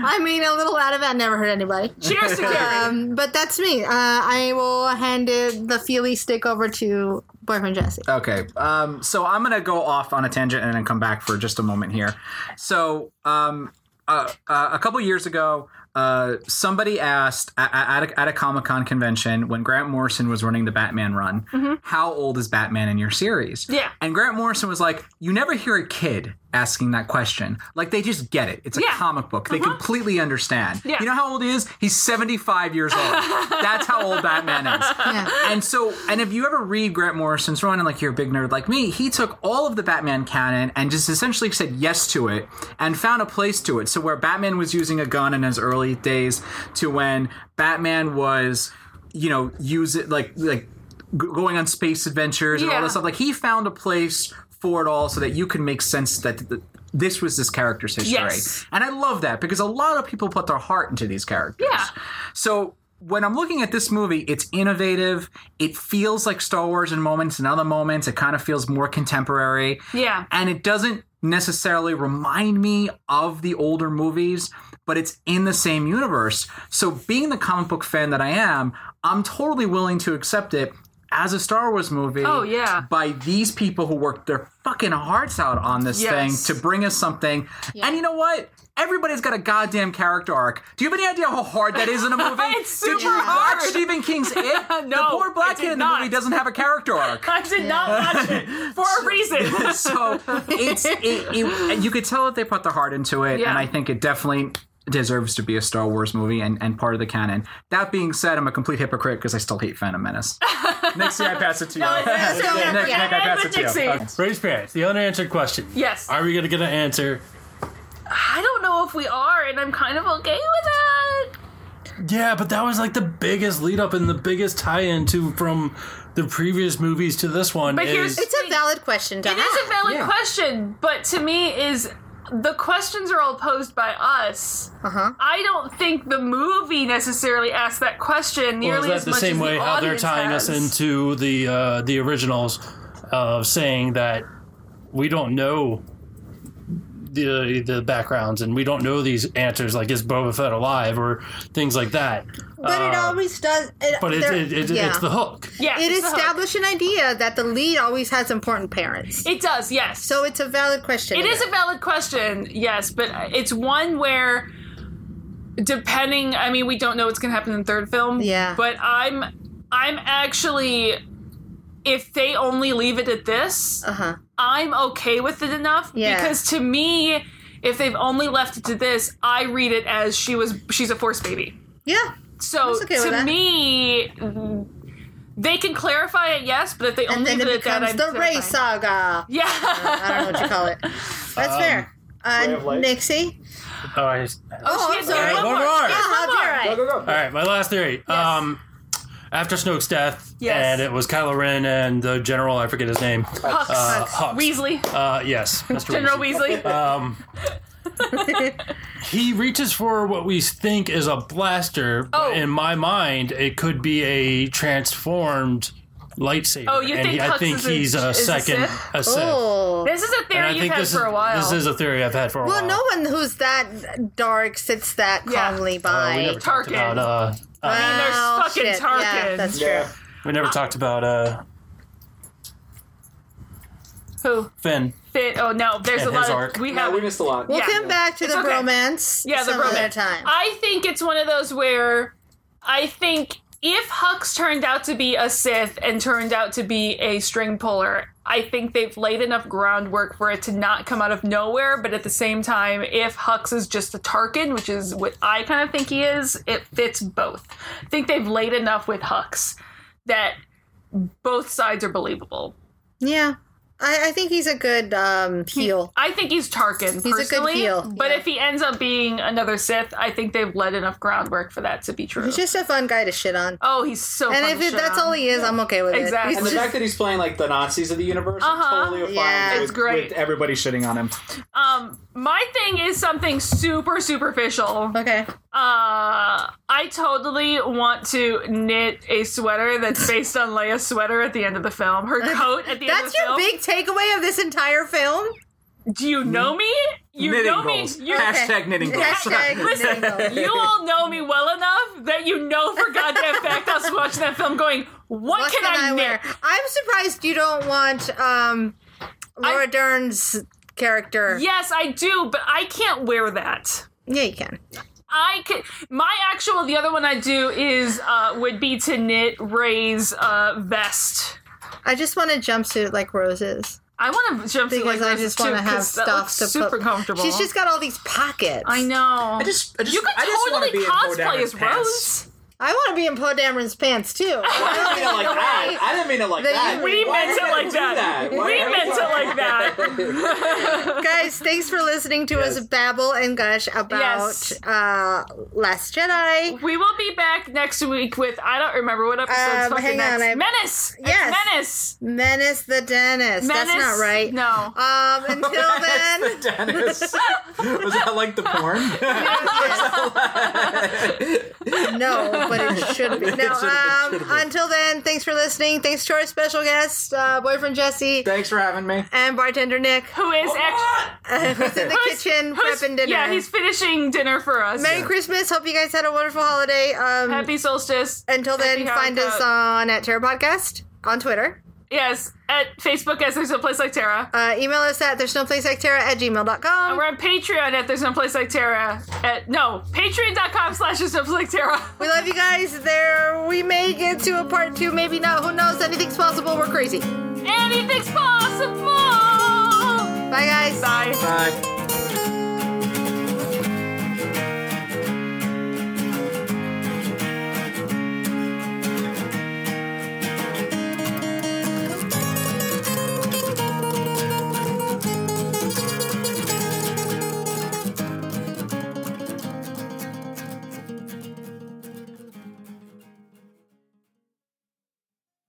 Speaker 3: I mean, a little out of that never hurt anybody.
Speaker 1: Cheers to Carrie.
Speaker 3: Um, but that's me. Uh, I will hand it, the Feely stick over to boyfriend Jesse.
Speaker 2: Okay. Um, so I'm going to go off on a tangent and then come back for just a moment here. So um, uh, uh, a couple years ago, uh, somebody asked at, at a, at a Comic Con convention when Grant Morrison was running the Batman run, how old is Batman in your series?
Speaker 1: Mm-hmm. Yeah.
Speaker 2: And Grant Morrison was like, you never hear a kid asking that question. Like they just get it. It's a
Speaker 1: Yeah. Uh-huh.
Speaker 2: comic book. They completely understand.
Speaker 1: Yeah.
Speaker 2: You know how old he is? He's 75 years
Speaker 1: (laughs)
Speaker 2: old. That's how old Batman is. (laughs) And so, and if you ever read Grant Morrison's run, and like you're a big nerd like me, he took all of the Batman canon and just essentially said yes to it and found a place to it. So where Batman was using a gun in his early days, to when Batman was, you know, use it like like g- going on space adventures and all
Speaker 1: Yeah.
Speaker 2: this stuff. Like he found a place for it all, so that you can make sense that. th- this was this character's history.
Speaker 1: Yes.
Speaker 2: And I love that because a lot of people put their heart into these characters.
Speaker 1: Yeah.
Speaker 2: So when I'm looking at this movie, it's innovative. It feels like Star Wars in moments and other moments. It kind of feels more contemporary.
Speaker 1: Yeah.
Speaker 2: And it doesn't necessarily remind me of the older movies, but it's in the same universe. So being the comic book fan that I am, I'm totally willing to accept it as a Star Wars movie.
Speaker 1: Oh, yeah.
Speaker 2: By these people who worked their fucking hearts out on this
Speaker 1: Yes.
Speaker 2: thing to bring us something. And you know what? Everybody's got a goddamn character arc. Do you have any idea how hard
Speaker 1: (laughs)
Speaker 2: that is in a movie?
Speaker 1: It's
Speaker 2: Did you
Speaker 1: super
Speaker 2: watch
Speaker 1: hard. (laughs)
Speaker 2: Stephen King's It? the
Speaker 1: No,
Speaker 2: poor
Speaker 1: I
Speaker 2: black
Speaker 1: did
Speaker 2: kid in the
Speaker 1: not.
Speaker 2: movie doesn't have a character arc
Speaker 1: (laughs) I did not watch it for
Speaker 2: (laughs)
Speaker 1: a reason.
Speaker 2: so it's it, it, you could tell that they put their heart into it,
Speaker 1: Yeah.
Speaker 2: and I think it definitely deserves to be a Star Wars movie and, and part of the canon. That being said, I'm a complete hypocrite because I still hate
Speaker 1: (laughs)
Speaker 2: Phantom Menace. Next year I pass it to you.
Speaker 1: it's-
Speaker 5: (laughs)
Speaker 2: Next-
Speaker 3: yeah,
Speaker 2: Nick,
Speaker 1: yeah.
Speaker 2: I pass it to you.
Speaker 1: Dixie.
Speaker 2: Okay.
Speaker 4: Raise parents. The unanswered question.
Speaker 1: Yes.
Speaker 4: Are we gonna get an answer?
Speaker 1: I don't know if we are, and I'm kind of okay with that.
Speaker 4: Yeah, but that was like the biggest lead up and the biggest tie in to from the previous movies to this one.
Speaker 1: But here's-
Speaker 4: is-
Speaker 3: It's a valid question to
Speaker 1: It is a
Speaker 3: ask.
Speaker 1: valid
Speaker 2: Yeah.
Speaker 1: question, but to me is the questions are all posed by us.
Speaker 3: Uh-huh.
Speaker 1: I don't think the movie necessarily asks that question
Speaker 4: Well,
Speaker 1: nearly
Speaker 4: is that
Speaker 1: as
Speaker 4: the
Speaker 1: much
Speaker 4: same
Speaker 1: as
Speaker 4: way
Speaker 1: the
Speaker 4: how they're
Speaker 1: audience
Speaker 4: tying
Speaker 1: has.
Speaker 4: us into the uh, the originals of saying that we don't know the the backgrounds and we don't know these answers like is Boba Fett alive or things like that.
Speaker 3: But it always does. It,
Speaker 4: But it,
Speaker 3: there-
Speaker 4: it, it,
Speaker 3: yeah.
Speaker 4: it's the hook.
Speaker 1: Yeah,
Speaker 3: It
Speaker 1: it's the hook.
Speaker 3: established an idea that the lead always has important parents.
Speaker 1: It does, yes.
Speaker 3: so it's a valid question.
Speaker 1: It is a valid question, yes, but it's one where depending I mean we don't know what's gonna happen in the third film.
Speaker 3: Yeah.
Speaker 1: But I'm I'm actually if they only leave it at this,
Speaker 3: Uh-huh.
Speaker 1: I'm okay with it enough
Speaker 3: Yeah.
Speaker 1: because to me, if they've only left it to this, I read it as she was she's a force baby.
Speaker 3: Yeah.
Speaker 1: So
Speaker 3: okay with
Speaker 1: to
Speaker 3: that.
Speaker 1: me, mm, they can clarify it, yes, but if they
Speaker 3: And
Speaker 1: only
Speaker 3: then
Speaker 1: leave
Speaker 3: it
Speaker 1: it at that,
Speaker 3: becomes
Speaker 1: I'm
Speaker 3: the Ray
Speaker 1: terrified.
Speaker 3: saga.
Speaker 1: Yeah.
Speaker 3: I don't know what you call it. That's fair.
Speaker 5: Ray
Speaker 3: Uh,
Speaker 5: of Light.
Speaker 3: Nixie?
Speaker 4: All right.
Speaker 1: (laughs)
Speaker 3: Oh, I'm
Speaker 1: Yes, yeah,
Speaker 3: sorry.
Speaker 1: one
Speaker 4: One
Speaker 1: more.
Speaker 4: more.
Speaker 1: Yes, one
Speaker 3: I'll be
Speaker 1: more.
Speaker 3: right.
Speaker 5: go.
Speaker 4: All right, my last theory.
Speaker 1: Yes.
Speaker 4: Um, after Snoke's death,
Speaker 1: Yes.
Speaker 4: and it was Kylo Ren and the general, I forget his name.
Speaker 1: Hux.
Speaker 4: Uh, Hux.
Speaker 1: Weasley.
Speaker 4: Uh,
Speaker 1: (laughs)
Speaker 4: yes, Mr.
Speaker 1: General
Speaker 4: Weasley.
Speaker 1: Weasley.
Speaker 4: He reaches for what we think is a blaster, but
Speaker 1: Oh.
Speaker 4: in my mind, it could be a transformed lightsaber.
Speaker 1: Oh, you
Speaker 4: and
Speaker 1: think
Speaker 4: he, I
Speaker 1: Hux
Speaker 4: think
Speaker 1: is a-
Speaker 4: he's a,
Speaker 1: is a
Speaker 4: second
Speaker 1: Sith?
Speaker 4: a Sith.
Speaker 3: Oh.
Speaker 1: This is a
Speaker 4: And I
Speaker 1: theory you've
Speaker 4: think
Speaker 1: had
Speaker 4: this
Speaker 1: for a
Speaker 4: is,
Speaker 1: while.
Speaker 4: This is a theory I've had for a
Speaker 3: Well,
Speaker 4: while.
Speaker 3: no one who's that dark sits that
Speaker 1: Yeah.
Speaker 3: calmly
Speaker 4: Uh, we
Speaker 3: by.
Speaker 4: never talked
Speaker 1: Tarkin.
Speaker 4: about. Uh,
Speaker 3: I
Speaker 4: uh,
Speaker 1: mean, there's fucking
Speaker 3: Yeah,
Speaker 1: Tarkin.
Speaker 3: that's true.
Speaker 5: Yeah.
Speaker 4: we never talked about uh,
Speaker 1: Who?
Speaker 4: Finn.
Speaker 1: Fit? Oh no, there's
Speaker 4: And
Speaker 1: a lot.
Speaker 4: his
Speaker 1: Of,
Speaker 4: arc.
Speaker 1: We
Speaker 5: No,
Speaker 1: have.
Speaker 5: we missed a lot.
Speaker 3: We'll
Speaker 1: Yeah.
Speaker 3: come back to
Speaker 1: It's
Speaker 3: the
Speaker 1: okay.
Speaker 3: romance.
Speaker 1: yeah, the Uh,
Speaker 3: some
Speaker 1: romance.
Speaker 3: other time.
Speaker 1: I think it's one of those where I think if Hux turned out to be a Sith and turned out to be a string puller, I think they've laid enough groundwork for it to not come out of nowhere. But at the same time, if Hux is just a Tarkin, which is what I kind of think he is, it fits both. I think they've laid enough with Hux that both sides are believable.
Speaker 3: yeah, I, I think he's a good um, heel.
Speaker 1: I think he's Tarkin
Speaker 3: good
Speaker 1: personally,
Speaker 3: heel,
Speaker 1: but
Speaker 3: yeah.
Speaker 1: if he ends up being another Sith, I think they've laid enough groundwork for that to be true.
Speaker 3: He's just a fun guy to shit on.
Speaker 1: Oh, he's so.
Speaker 3: and
Speaker 1: fun
Speaker 3: if
Speaker 1: to
Speaker 3: it,
Speaker 1: shit
Speaker 3: that's
Speaker 1: on.
Speaker 3: all he is, I'm okay with
Speaker 1: Exactly.
Speaker 3: it.
Speaker 1: And
Speaker 3: He's
Speaker 1: the
Speaker 5: The
Speaker 3: just-
Speaker 5: fact that he's playing like the Nazis of the universe,
Speaker 1: Uh-huh.
Speaker 5: I'm totally fine
Speaker 3: Yeah.
Speaker 5: with,
Speaker 3: It's
Speaker 1: great.
Speaker 5: with everybody shitting on him.
Speaker 1: Um, my thing is something super superficial. Uh,
Speaker 3: okay.
Speaker 1: I totally want to knit a sweater
Speaker 3: (laughs)
Speaker 1: that's based on Leia's sweater at the end of the film. Her coat at the end of
Speaker 3: That's
Speaker 1: the
Speaker 3: your
Speaker 1: film.
Speaker 3: big takeaway of this entire film.
Speaker 1: Do you know me? You
Speaker 2: knitting
Speaker 1: know
Speaker 2: goals.
Speaker 1: me. You,
Speaker 2: (laughs) Hashtag
Speaker 1: (laughs)
Speaker 2: knitting goals.
Speaker 3: Hashtag knitting goals.
Speaker 1: you all know me well enough that you know for
Speaker 3: (laughs)
Speaker 1: goddamn fact I was watching that film going, what,
Speaker 3: What
Speaker 1: can, I, knit?
Speaker 3: wear? I'm surprised you don't want um, Laura
Speaker 1: I-
Speaker 3: Dern's character.
Speaker 1: Yes, I do, but I can't wear that.
Speaker 3: yeah, you can.
Speaker 1: I could. My actual, the other one I do is uh, would be to knit Ray's uh, vest.
Speaker 3: I just want a jumpsuit like Rose's.
Speaker 1: I want to jump to
Speaker 3: because
Speaker 1: like
Speaker 3: I
Speaker 1: Ray's
Speaker 3: just
Speaker 1: too,
Speaker 3: want to have
Speaker 1: 'cause that
Speaker 3: stuff
Speaker 1: looks
Speaker 3: to
Speaker 1: super
Speaker 3: put.
Speaker 1: comfortable.
Speaker 3: She's just got all these pockets.
Speaker 1: I know.
Speaker 2: (laughs) I just, I just,
Speaker 1: you could
Speaker 2: I just wanna
Speaker 1: totally
Speaker 2: be in Poe
Speaker 1: cosplay
Speaker 2: Dameron's
Speaker 1: as
Speaker 2: pants.
Speaker 1: Rose.
Speaker 3: I want to be in Poe Dameron's pants too.
Speaker 5: I didn't mean it like that.
Speaker 3: (laughs)
Speaker 5: I didn't mean it like
Speaker 3: That
Speaker 5: that.
Speaker 3: you-
Speaker 1: We
Speaker 5: Why
Speaker 1: meant
Speaker 5: would
Speaker 1: it
Speaker 5: I
Speaker 1: like
Speaker 5: do
Speaker 1: that.
Speaker 5: Why
Speaker 1: We
Speaker 5: would I
Speaker 1: meant
Speaker 5: do
Speaker 1: it like that.
Speaker 3: Guys, thanks for listening to us
Speaker 5: Yes.
Speaker 3: babble and gush about
Speaker 1: Yes.
Speaker 3: uh, Last Jedi.
Speaker 1: We will be back next week with I don't remember what episode's
Speaker 3: Um,
Speaker 1: fucking
Speaker 3: hang on,
Speaker 1: next.
Speaker 3: I-
Speaker 1: Menace. It's
Speaker 3: Yes.
Speaker 1: Menace.
Speaker 3: Menace the Dennis. That's
Speaker 1: Menace-
Speaker 3: not right.
Speaker 1: No.
Speaker 5: (laughs)
Speaker 3: Um,
Speaker 2: (laughs)
Speaker 3: until then,
Speaker 2: Dennis. Was that like the porn?
Speaker 1: (laughs)
Speaker 3: no, but it should be. No,
Speaker 2: should've been-
Speaker 3: um, until then, thanks for listening. Thanks to our special guest, uh, boyfriend Jesse,
Speaker 2: Thanks for having me.
Speaker 3: and bartender Nick,
Speaker 1: Who is actually
Speaker 3: who's in the kitchen prepping dinner.
Speaker 1: Yeah, he's finishing dinner for us.
Speaker 3: Merry Christmas. Hope you guys had a wonderful holiday. Um,
Speaker 1: Happy solstice.
Speaker 3: until
Speaker 1: happy
Speaker 3: then, find us
Speaker 1: Hanukkah.
Speaker 3: on at Terra Podcast on Twitter.
Speaker 1: Yes, at Facebook as there's no place like Terra.
Speaker 3: Uh, email us at there's no place like Terra at
Speaker 1: And
Speaker 3: gmail.com.
Speaker 1: we're on Patreon at There's No Place Like Terra. At, no, patreon.com slash There's No Place Like Terra.
Speaker 3: We love you guys. There, we may get to a part two, maybe not. Who knows? Anything's possible. We're crazy.
Speaker 1: Anything's possible!
Speaker 3: Bye, guys.
Speaker 1: Bye.
Speaker 2: Bye.